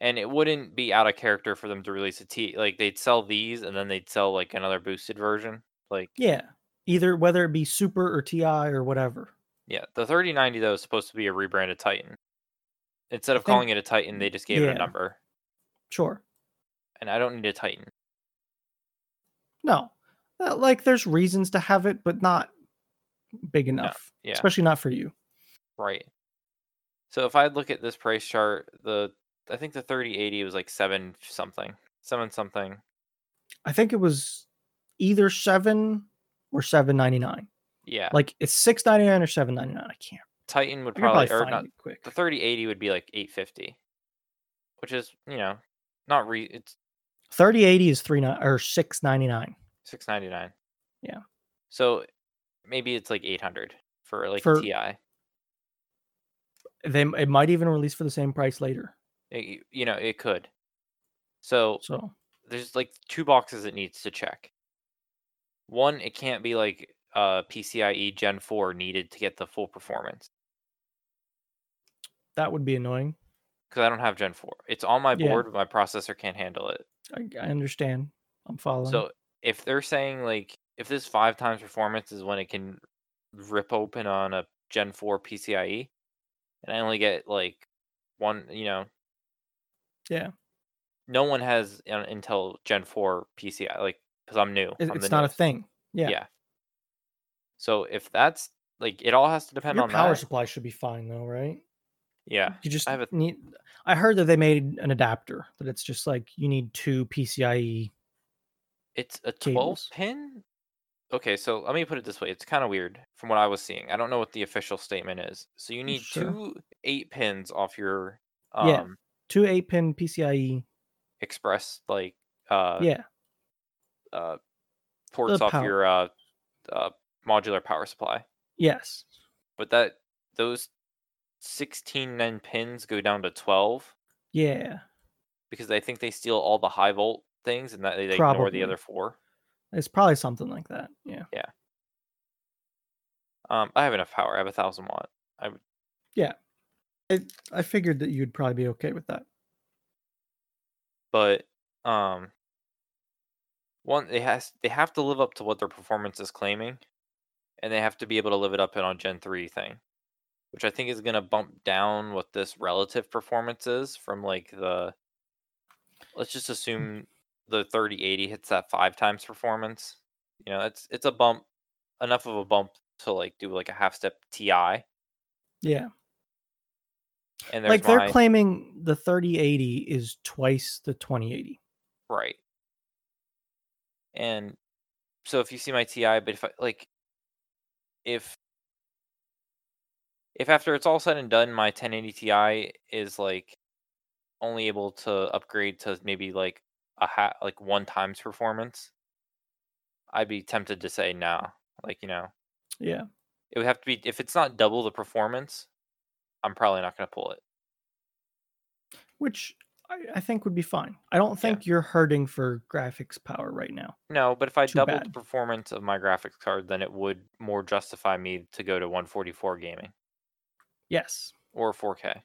S1: and it wouldn't be out of character for them to release a T. Like they'd sell these and then they'd sell like another boosted version. Like
S2: Yeah. Either whether it be super or TI or whatever.
S1: Yeah, the 3090 though is supposed to be a rebranded Titan. Instead of
S2: think-
S1: calling it a Titan, they just gave it
S2: yeah.
S1: a number,
S2: Sure.
S1: and I don't need a Titan.
S2: No. Uh, Like there's reasons to have it, but not big enough.
S1: yeah.
S2: Especially not for you.
S1: Right. So if I look at this price chart, the I think the 3080 was like 7 something. 7 something.
S2: I think it was either seven or seven ninety nine.
S1: Yeah.
S2: Like it's six ninety nine or seven ninety nine. I can't.
S1: Titan would
S2: I could probably,
S1: probably, or
S2: find
S1: not
S2: it quick.
S1: the 3080 would be like 850. Which is, you know, not re it's
S2: Thirty eighty is three nine or six ninety nine
S1: 699.
S2: Yeah.
S1: So maybe it's like 800 for like
S2: For-
S1: a TI.
S2: They it might even release for the same price later.
S1: It- you know, it could. So
S2: So
S1: there's like two boxes it needs to check. One, it can't be like uh, PCIe Gen 4 needed to get the full performance
S2: that would be annoying.
S1: because I don't have Gen 4. It's on my
S2: Yeah.
S1: board, but my processor can't handle it.
S2: I, I understand. I'm following.
S1: So if they're saying like if this five times performance is when it can rip open on a Gen 4 PCIe, E, and I only get like one, you know,
S2: Yeah.
S1: no one has uh, Intel Gen 4 PCI like because I'm new.
S2: It-
S1: I'm the
S2: it's not a
S1: newest.
S2: thing. Yeah.
S1: Yeah. So if that's like it all has to depend
S2: Your
S1: on
S2: power
S1: that.
S2: supply should be fine though, right?
S1: Yeah.
S2: You just
S1: I have a-
S2: need. I heard that they made an adapter that it's just like you need two PCIe.
S1: It's a 12
S2: cables.
S1: pin? Okay, so let me put it this way. It's kind of weird from what I was seeing. I don't know what the official statement is. So you need
S2: Sure.
S1: two 8 pins off your um
S2: Yeah. two eight pin PCIe.
S1: express like uh
S2: E. yeah,
S1: uh ports
S2: The
S1: off
S2: power-
S1: your uh, uh modular power supply.
S2: yes,
S1: But that those 16 then pins go down to 12
S2: yeah.
S1: because I think they steal all the high volt things and that they ignore
S2: Probably.
S1: the other four.
S2: It's probably something like that. Yeah,
S1: Um, I have enough power. I have a thousand watt.
S2: I figured that you'd probably be okay with that.
S1: But um, one they has they have to live up to what their performance is claiming, and they have to be able to live it up in on Gen three thing, which I think is gonna bump down what this relative performance is from like the. Let's
S2: Mm.
S1: just assume the thirty eighty hits that five times performance. You know, it's it's a bump, enough of a bump to like do like a half step TI, and
S2: Yeah,
S1: there's
S2: like they're
S1: my-
S2: claiming the thirty eighty is twice the twenty eighty.
S1: Right. And so if you see my TI, but if I like if if after it's all said and done my 1080 Ti is like only able to upgrade to maybe like a ha- like one times performance, I'd be tempted to say no. Like, you know,
S2: Yeah,
S1: it would have to be if it's not double the performance, I'm probably not gonna pull it.
S2: which I, I think would be fine. I don't think you're hurting for graphics power right now.
S1: No, but if I
S2: Too
S1: doubled the
S2: bad.
S1: performance of my graphics card, then it would more justify me to go to 144 gaming
S2: Yes.
S1: or 4K.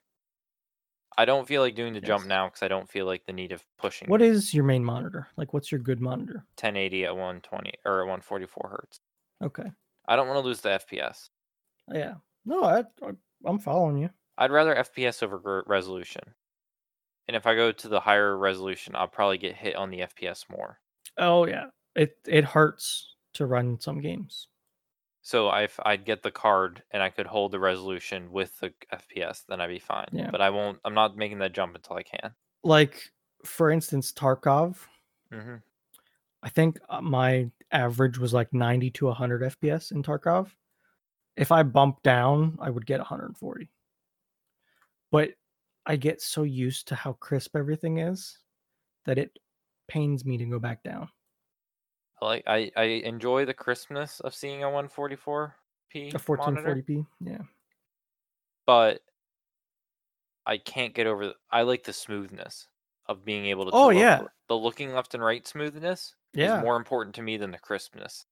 S1: I don't feel like doing the jump
S2: Yes.
S1: now because I don't feel like the need of pushing
S2: What
S1: it.
S2: is your main monitor? Like, what's your good monitor?
S1: 1080 at 120 or at 144 hertz.
S2: Okay.
S1: I don't want to lose the FPS.
S2: Yeah. No, I, I I'm following you.
S1: I'd rather FPS over gr- resolution. And if I go to the higher resolution, I'll probably get hit on the FPS more.
S2: Oh yeah. It it hurts to run some games.
S1: So I- if I'd get the card and I could hold the resolution with the FPS, then I'd be fine.
S2: Yeah.
S1: But I won't. I'm not making that jump until I can.
S2: Like, for instance, Tarkov.
S1: hmm
S2: I think uh, my average was like 90 to 100 FPS in Tarkov. If I bump down, I would get 140. But I get so used to how crisp everything is that it pains me to go back down.
S1: I like I, I enjoy the crispness of seeing a 144p
S2: A
S1: monitor,
S2: 1440p. Yeah.
S1: but I can't get over. The, I like the smoothness of being able to.
S2: Oh,
S1: look-
S2: yeah.
S1: the looking left and right smoothness
S2: Yeah.
S1: is more important to me than the crispness.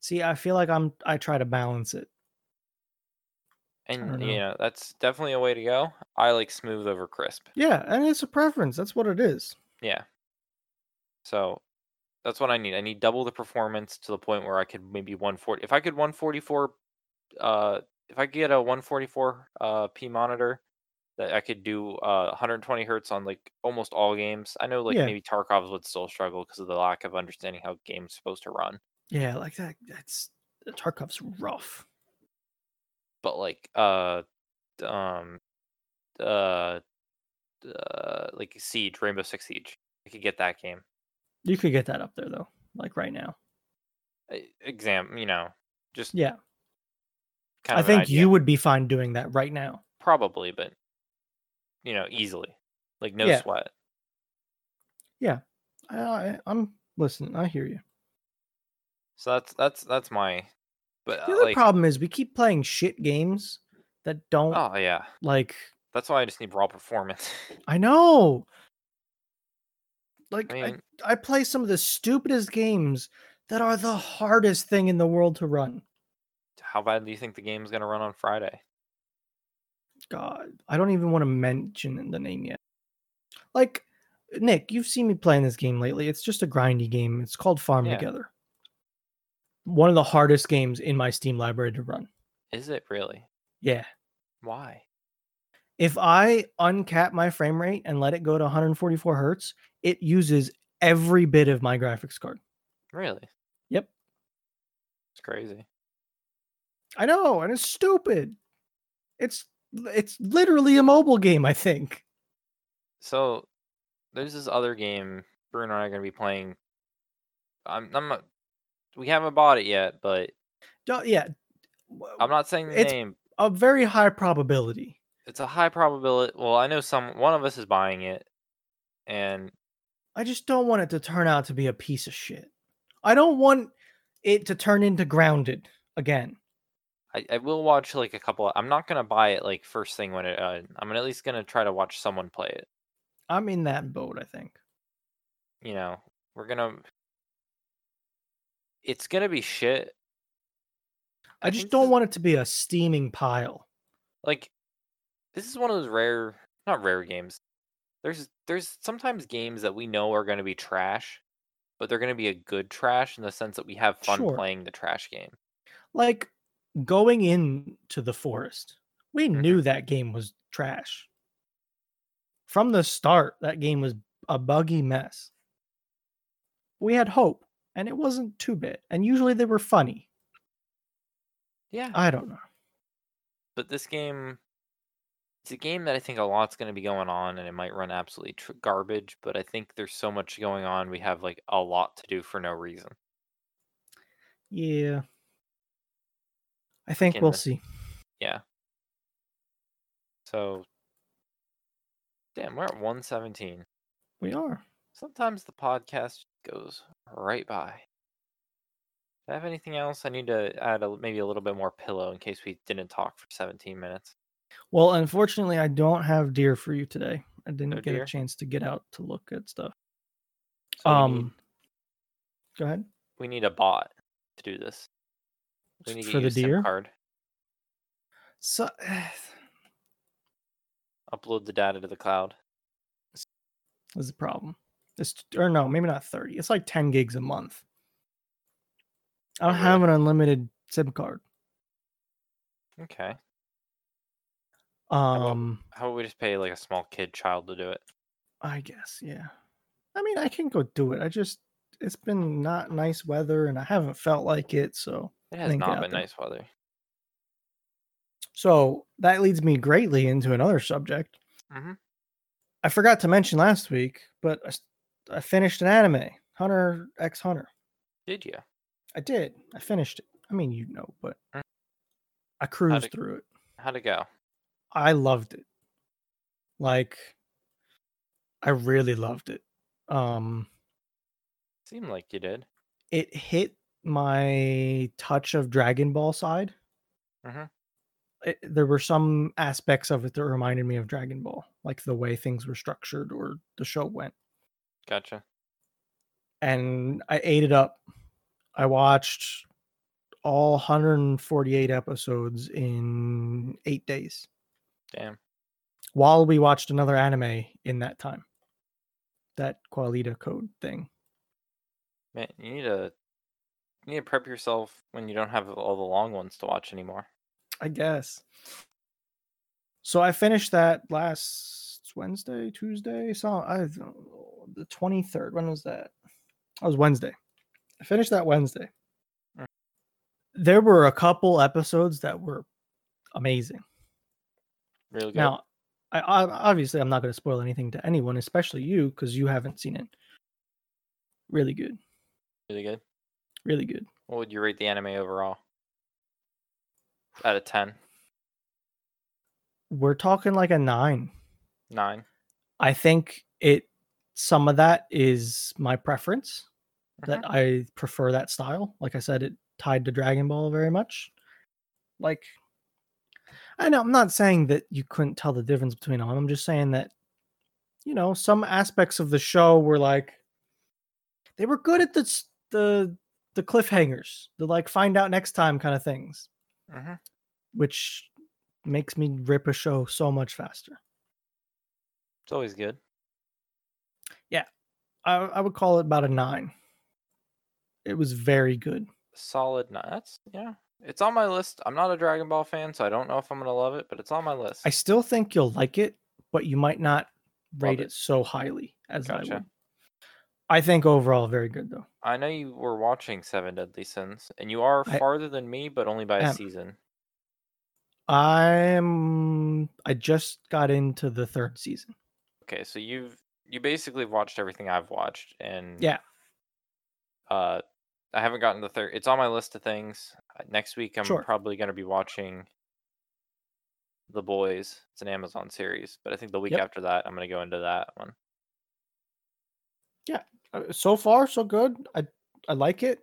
S2: See, I feel like I'm I try to balance it.
S1: And
S2: don't
S1: you
S2: know.
S1: know that's definitely a way to go. I like smooth over crisp.
S2: Yeah, and it's a preference. That's what it is.
S1: Yeah. So that's what I need. I need double the performance to the point where I could maybe 140. If I could 144, uh, if I could get a 144 uh, P monitor that I could do uh, 120 hertz on like almost all games. I know like
S2: Yeah.
S1: maybe Tarkov's would still struggle because of the lack of understanding how games supposed to run.
S2: Yeah, like that that's Tarkov's rough.
S1: But like uh, d- um, uh, d- uh, like Siege, Rainbow Six Siege, I could get that game.
S2: You could get that up there though, like right now.
S1: E- Exam, you know, just
S2: Yeah.
S1: kind
S2: I
S1: of an
S2: think
S1: idea.
S2: you would be fine doing that right now.
S1: probably, but you know, easily, like no
S2: Yeah.
S1: sweat.
S2: I, I, I'm listening. I hear you.
S1: So that's that's that's my, but
S2: The
S1: uh,
S2: other
S1: like,
S2: problem is we keep playing shit games that don't
S1: oh yeah,
S2: like.
S1: that's why I just need raw performance.
S2: I know. Like
S1: I
S2: I,
S1: mean,
S2: I, play some of the stupidest games that are the hardest thing in the world to run.
S1: how bad do you think the game's gonna run on Friday?
S2: God, I don't even want to mention the name yet. Like Nick, you've seen me playing this game lately. It's just a grindy game. It's called Farm
S1: Yeah.
S2: Together. One of the hardest games in my Steam library to run.
S1: Is it really?
S2: Yeah.
S1: Why?
S2: if I uncap my frame rate and let it go to 144 hertz, it uses every bit of my graphics card.
S1: Really?
S2: Yep.
S1: It's crazy.
S2: I know, and it's stupid. It's it's literally a mobile game, I think.
S1: So there's this other game Bruno and I are gonna be playing. I'm I'm not. We haven't bought it yet, but
S2: Don't- yeah. w-
S1: I'm not saying the
S2: It's-
S1: name.
S2: A very high probability.
S1: It's a high probability. Well, I know some one of us is buying it, and
S2: I just don't want it to turn out to be a piece of shit. I don't want it to turn into grounded again.
S1: I, I will watch like a couple. I'm not gonna buy it like first thing when it. Uh, I'm at least gonna try to watch someone play it.
S2: I'm in that boat, I think.
S1: You know, we're gonna. It's gonna be shit.
S2: I,
S1: I
S2: just
S1: think
S2: don't
S1: this-
S2: want it to be a steaming pile.
S1: Like, this is one of those rare, not rare games. There's there's sometimes games that we know are gonna be trash, but they're gonna be a good trash in the sense that we have fun
S2: Sure.
S1: playing the trash game.
S2: like going into the forest we
S1: Mhm.
S2: knew that game was trash from the start that game was a buggy mess we had hope and it wasn't too bad and usually they were funny
S1: Yeah,
S2: i don't know
S1: but this game, it's a game that I think a lot's going to be going on, and it might run absolutely tr- garbage. But I think there's so much going on, we have like a lot to do for no reason.
S2: yeah i think
S1: in
S2: we'll
S1: the-
S2: see
S1: So, damn, we're at 117.
S2: we are
S1: Sometimes the podcast goes right by. Do I have anything else? I need to add a, maybe a little bit more pillow in case we didn't talk for 17 minutes.
S2: well unfortunately i don't have deer for you today I didn't
S1: Oh,
S2: get
S1: dear.
S2: a chance to get out to look at stuff.
S1: So we
S2: um,
S1: need-
S2: go ahead.
S1: we need a bot to do this. We need to
S2: For
S1: get you a
S2: the
S1: SIM
S2: deer?
S1: card.
S2: So,
S1: Upload the data to the cloud.
S2: is the problem. It's or no, maybe not 30. It's like 10 gigs a month. I
S1: Oh,
S2: don't
S1: really?
S2: have an unlimited SIM card.
S1: Okay. about-
S2: Um
S1: How about we just pay like a small kid child to do it?
S2: I guess, yeah. I mean, I can go do it. I just it's been not nice weather and I haven't felt like it, so
S1: It has
S2: Link it
S1: not
S2: out
S1: been
S2: there.
S1: nice weather.
S2: so that leads me greatly into another subject.
S1: Mhm.
S2: I forgot to mention last week, but I, s- I finished an anime, Hunter X Hunter.
S1: Did you?
S2: I did. I finished it. I mean, you know, but
S1: Mm.
S2: I cruised
S1: it-
S2: through it.
S1: How'd it go?
S2: I loved it. Like I really loved it. Um
S1: Seemed like you did.
S2: it hit my touch of Dragon Ball side.
S1: Mhm.
S2: It, there were some aspects of it that reminded me of Dragon Ball, like the way things were structured or the show went.
S1: Gotcha.
S2: And I ate it up. I watched all 148 episodes in 8 days.
S1: Damn.
S2: while we watched another anime in that time. That Qualita code thing.
S1: Man, you need to you need to prep yourself when you don't have all the long ones to watch anymore.
S2: I guess. So I finished that last Wednesday, Tuesday, so I don't know, the 23rd. When was that? That was Wednesday. I finished that Wednesday.
S1: Mm.
S2: There were a couple episodes that were amazing.
S1: Real good.
S2: Now, I, I obviously I'm not going to spoil anything to anyone, especially you because you haven't seen it. Really good.
S1: really good.
S2: Really good.
S1: What would you rate the anime overall? Out of 10,
S2: we're talking like a nine.
S1: 9.
S2: I think it some of that is my preference that I prefer that style. Like I said, it tied to Dragon Ball very much. Like I know I'm not saying that you couldn't tell the difference between them. I'm just saying that you know, some aspects of the show were like they were good at the s- the the cliffhangers, the like find out next time kind of things,
S1: Mm-hmm.
S2: which makes me rip a show so much faster.
S1: It's always good.
S2: I, I would call it about a nine. It was very good.
S1: Solid 9. That's, yeah. It's on my list. I'm not a Dragon Ball fan, so I don't know if I'm going to love it, but it's on my list.
S2: I still think you'll like it, but you might not rate
S1: it.
S2: it. so highly as
S1: Gotcha.
S2: I would. I think overall very good though.
S1: I know you were watching Seven Deadly Sins, and you are
S2: I-
S1: farther than me, but only by a
S2: am.
S1: season.
S2: I'm I just got into the third season.
S1: Okay, so you've you basically watched everything I've watched, and
S2: Yeah.
S1: uh, I haven't gotten the third. It's on my list of things. Uh, Next week, I'm
S2: Sure.
S1: probably going to be watching The Boys. It's an Amazon series, but I think the week
S2: Yep.
S1: after that, I'm going to go into that one.
S2: Uh, So far, so good. I I like it.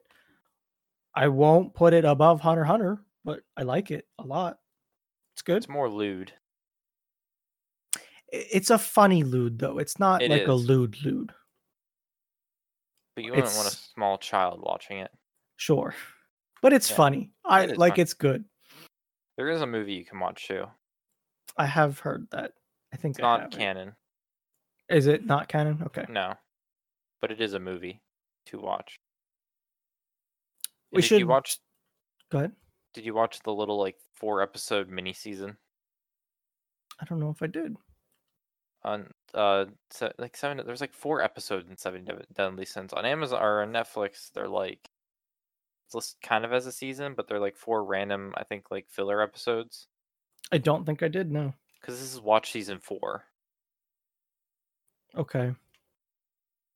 S2: I won't put it above Hunter x Hunter, but I like it a lot. It's good.
S1: It's more lewd.
S2: I- It's a funny lewd though. It's not
S1: It
S2: like a
S1: is.
S2: lewd lewd.
S1: But you wouldn't want a
S2: It's-
S1: small child watching it.
S2: Sure. But it's
S1: Yeah.
S2: funny. I
S1: It is
S2: like
S1: funny.
S2: it's good.
S1: There is a movie you can watch too.
S2: I have heard that. I think
S1: It's
S2: I
S1: not
S2: have it.
S1: canon, Mm-hmm.
S2: Is it not canon? Okay.
S1: no, but it is a movie to watch.
S2: We
S1: And did
S2: should
S1: You watch?
S2: Go ahead.
S1: Did you watch the little like four episode mini season
S2: I don't know if I did.
S1: on uh se- like seven? There's like four episodes in Seven Dead- Deadly Sins on Amazon or on Netflix. They're like it's listed kind of as a season, but they're like four random, I think, like filler episodes.
S2: I don't think I did. No.
S1: Because this is watch season four.
S2: Okay.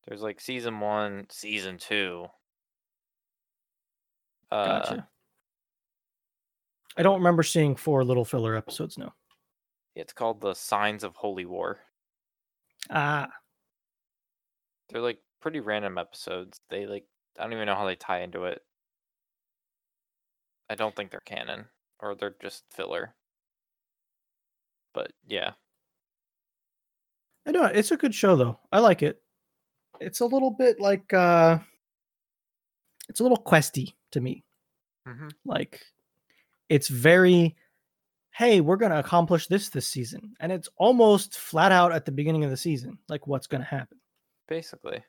S1: There's like season one, season two. Uh,
S2: Gotcha. I don't remember seeing four little filler episodes. No.
S1: It's called the Signs of Holy War.
S2: Ah.
S1: They're like pretty random episodes. They like I don't even know how they tie into it. I don't think they're canon or they're just filler. But yeah,
S2: I know it's a good show though. I like it. It's a little bit like uh it's a little questy to me.
S1: Mm-hmm.
S2: Like it's very hey, we're going to accomplish this this season. And it's almost flat out at the beginning of the season like what's going to happen.
S1: Basically,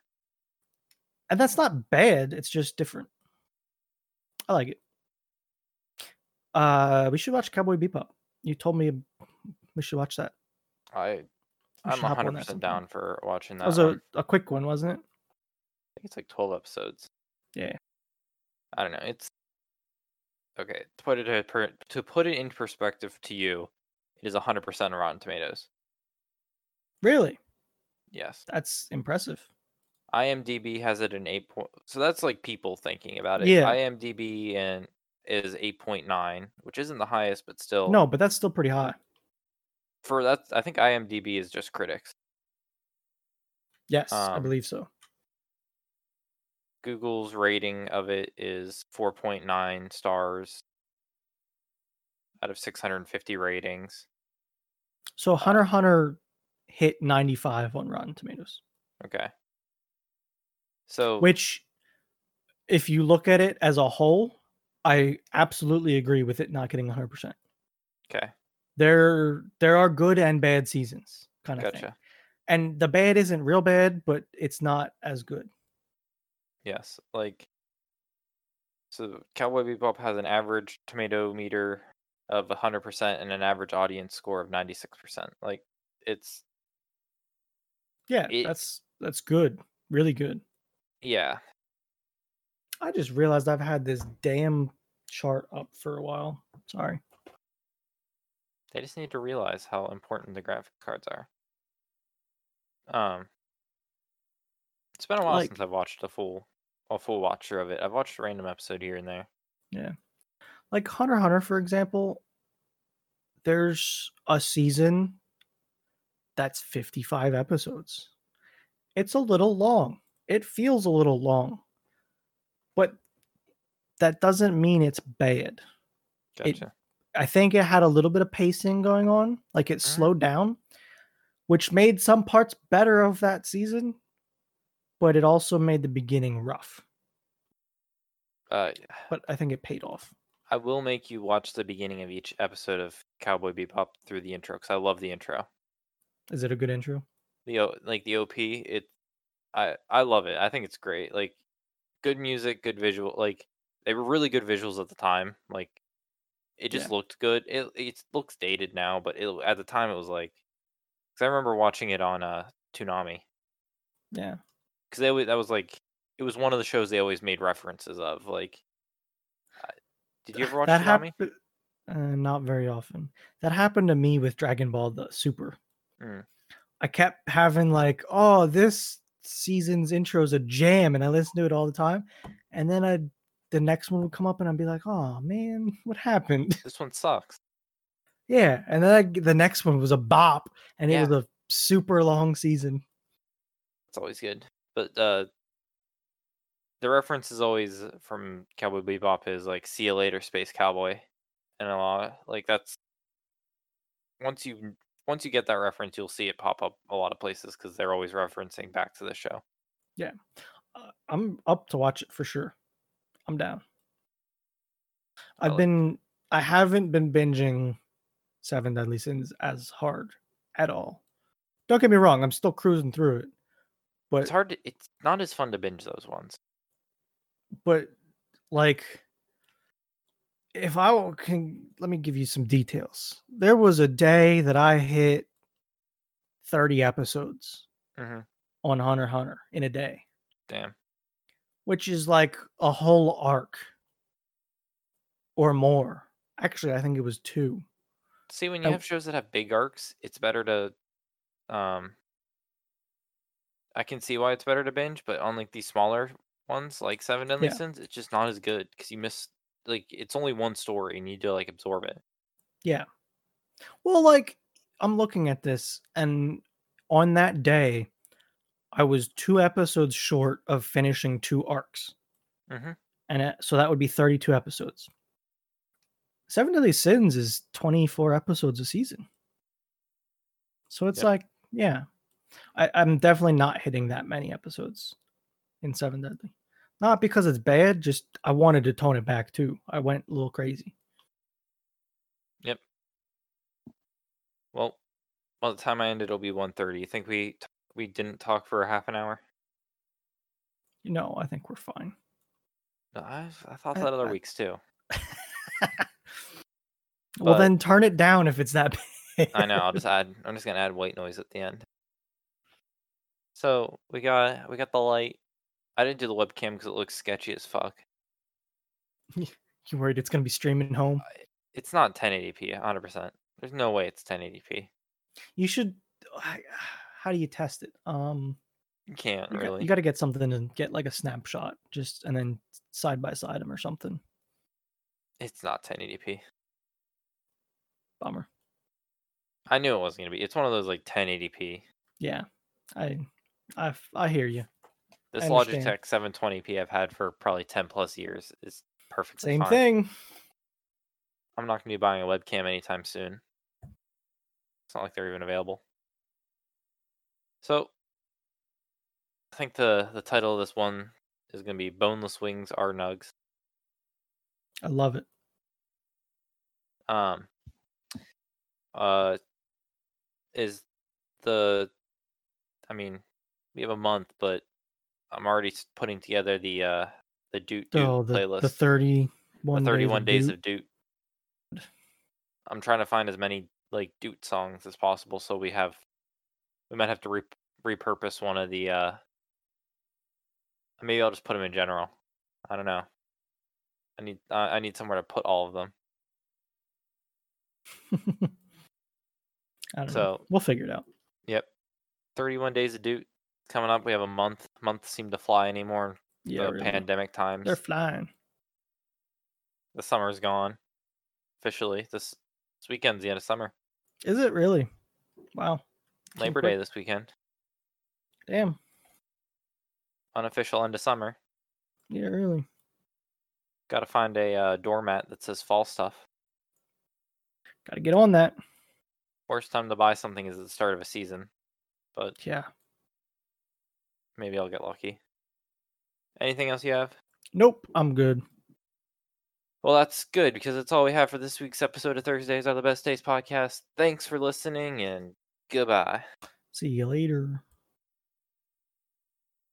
S2: And that's not bad, it's just different. I like it. Uh we should watch Cowboy Bebop. You told me we should watch that.
S1: I
S2: We
S1: I'm
S2: should hop on that
S1: 100 percent
S2: sometime.
S1: down for watching
S2: That
S1: that.
S2: was
S1: one.
S2: a, a quick one, wasn't it?
S1: I think it's like 12 episodes.
S2: Yeah.
S1: I don't know. It's okay. To put it in per- to put it in perspective to you, it is 100% on Rotten Tomatoes.
S2: Really?
S1: Yes.
S2: That's impressive.
S1: IMDb has it an 8 point. So that's like people thinking about it.
S2: Yeah.
S1: IMDb and is 8.9, which isn't the highest, but still
S2: No, but that's still pretty high.
S1: for that I think IMDb is just critics.
S2: Yes, I
S1: Um,
S2: believe so.
S1: Google's rating of it is 4.9 stars out of 650 ratings.
S2: So Hunter x Hunter hit 95 on Rotten Tomatoes,
S1: Okay. So
S2: which if you look at it as a whole, I absolutely agree with it not getting 100%.
S1: okay,
S2: There there are good and bad seasons kind of thing.
S1: gotcha.
S2: And the bad isn't real bad, but it's not as good.
S1: Yes, like so Cowboy Bebop has an average tomato meter of 100% and an average audience score of 96%. Like it's
S2: Yeah,
S1: It-
S2: that's that's good. Really good.
S1: yeah,
S2: I just realized I've had this damn chart up for a while. Sorry.
S1: they just need to realize how important the graphic cards are. Um It's been a while
S2: Like-
S1: since I've watched a full a full watch through of it. I've watched a random episode here and there.
S2: like Hunter x Hunter, for example, there's a season that's 55 episodes. It's a little long. It feels a little long, but that doesn't mean it's bad. It-
S1: Gotcha.
S2: I think it had a little bit of pacing going on, like it
S1: Mhm.
S2: slowed down, which made some parts better of that season, but it also made the beginning rough.
S1: uh
S2: But I think it paid off.
S1: I will make you watch the beginning of each episode of Cowboy Bebop through the intro cuz I love the intro.
S2: Is it a good intro?
S1: the O- like the op it i i love it i think it's great like good music good visual like they were really good visuals at the time like it just looked good it it looks dated now but it at the time it was like because i remember watching it on uh toonami
S2: Yeah.
S1: because they always, that was like it was one of the shows they always made references of like I- did you ever watch toonami
S2: happen- uh, not very often. That happened to me with Dragon Ball the Super.
S1: Mm.
S2: I kept having like, oh, this season's intro is a jam, and I listened to it all the time. And then I, the next one would come up, and I'd be like, oh man, what happened?
S1: this one sucks
S2: yeah. And then I, the next one was a bop, and
S1: Yeah.
S2: it was a super long season.
S1: it's always good. But uh the reference is always from Cowboy Bebop is like "See you later, Space Cowboy," and a lot like that's once you once you get that reference, you'll see it pop up a lot of places because they're always referencing back to the show.
S2: Uh, I'm up to watch it for sure. I'm down.
S1: I
S2: I've
S1: like-
S2: been I haven't been binging Seven Deadly Sins as hard at all. Don't get me wrong, I'm still cruising through it. But
S1: It's hard. To, it's not as fun to binge those ones.
S2: but like if I w- can let me give you some details. There was a day that I hit 30 episodes
S1: Mm-hmm.
S2: on Hunter x Hunter in a day.
S1: Damn.
S2: which is like a whole arc or more. Actually, I think it was two.
S1: See, when
S2: I-
S1: you have shows that have big arcs, it's better to. Um. I can see why it's better to binge, but on like these smaller ones, like Seven Deadly
S2: Yeah.
S1: Sins, it's just not as good because you miss like it's only one story and you need to like absorb it.
S2: Yeah. Well, like I'm looking at this, and on that day, I was two episodes short of finishing two arcs,
S1: Mhm.
S2: and it, so that would be 32 episodes. Seven Deadly Sins is 24 episodes a season, so it's
S1: Yep.
S2: like, yeah. I, I'm definitely not hitting that many episodes in Seven Deadly. Not because it's bad, just I wanted to tone it back too. I went a little crazy.
S1: Well, by the time I end, it'll be 1.30. You think we t- we didn't talk for a half an hour?
S2: You know, I think we're fine.
S1: No, I, I thought
S2: I-
S1: that other
S2: I-
S1: weeks too.
S2: well,
S1: But-
S2: then turn it down if it's that bad.
S1: I know. I'll just add. I'm just gonna add white noise at the end. So we got we got the light. I didn't do the webcam because it looks sketchy as fuck.
S2: you worried it's gonna be streaming home?
S1: It's not 1080p, 100. percent There's no way it's 1080p.
S2: You should. I- How do you test it? Um,
S1: You can't
S2: you, got,
S1: really.
S2: you got to get something and get like a snapshot, just and then side by side them or something.
S1: It's not 1080p.
S2: Bummer.
S1: I knew it wasn't gonna be. It's one of those like 1080p.
S2: Yeah, I, I, f- I hear you.
S1: This
S2: I understand.
S1: Logitech 720p I've had for probably 10 plus years is perfectly
S2: Same
S1: fine.
S2: thing.
S1: I'm not gonna be buying a webcam anytime soon. It's not like they're even available. So I think the the title of this one is gonna be Boneless Wings Are Nugs.
S2: I love it.
S1: Um uh is the I mean, we have a month, but I'm already s- putting together the uh the Duke Duke
S2: oh, the,
S1: playlist.
S2: the thirty-one.
S1: the 31 days,
S2: Doot.
S1: of Doot. I'm trying to find as many like Doot songs as possible, so we have we might have to re- repurpose one of the. uh Maybe I'll just put them in general. I don't know. I need uh, I need somewhere to put all of them.
S2: I don't know.
S1: So-
S2: We'll figure it out.
S1: Yep, 31 days of Doot coming up. We have a month. Months seem to fly anymore. in
S2: Yeah,
S1: the
S2: really.
S1: pandemic times.
S2: they're flying.
S1: The summer's gone officially. This this weekend's the end of summer.
S2: Is it really? Wow. Came
S1: Labor
S2: quick.
S1: Day this weekend.
S2: Damn.
S1: Unofficial end of summer.
S2: Yeah, really.
S1: Got to find a uh, doormat that says fall stuff.
S2: Got to get on that.
S1: Worst time to buy something is at the start of a season, but
S2: Yeah.
S1: maybe I'll get lucky. Anything else you have?
S2: Nope. I'm good.
S1: Well, that's good because that's all we have for this week's episode of Thursdays Are the Best Days podcast. Thanks for listening and goodbye.
S2: See you later.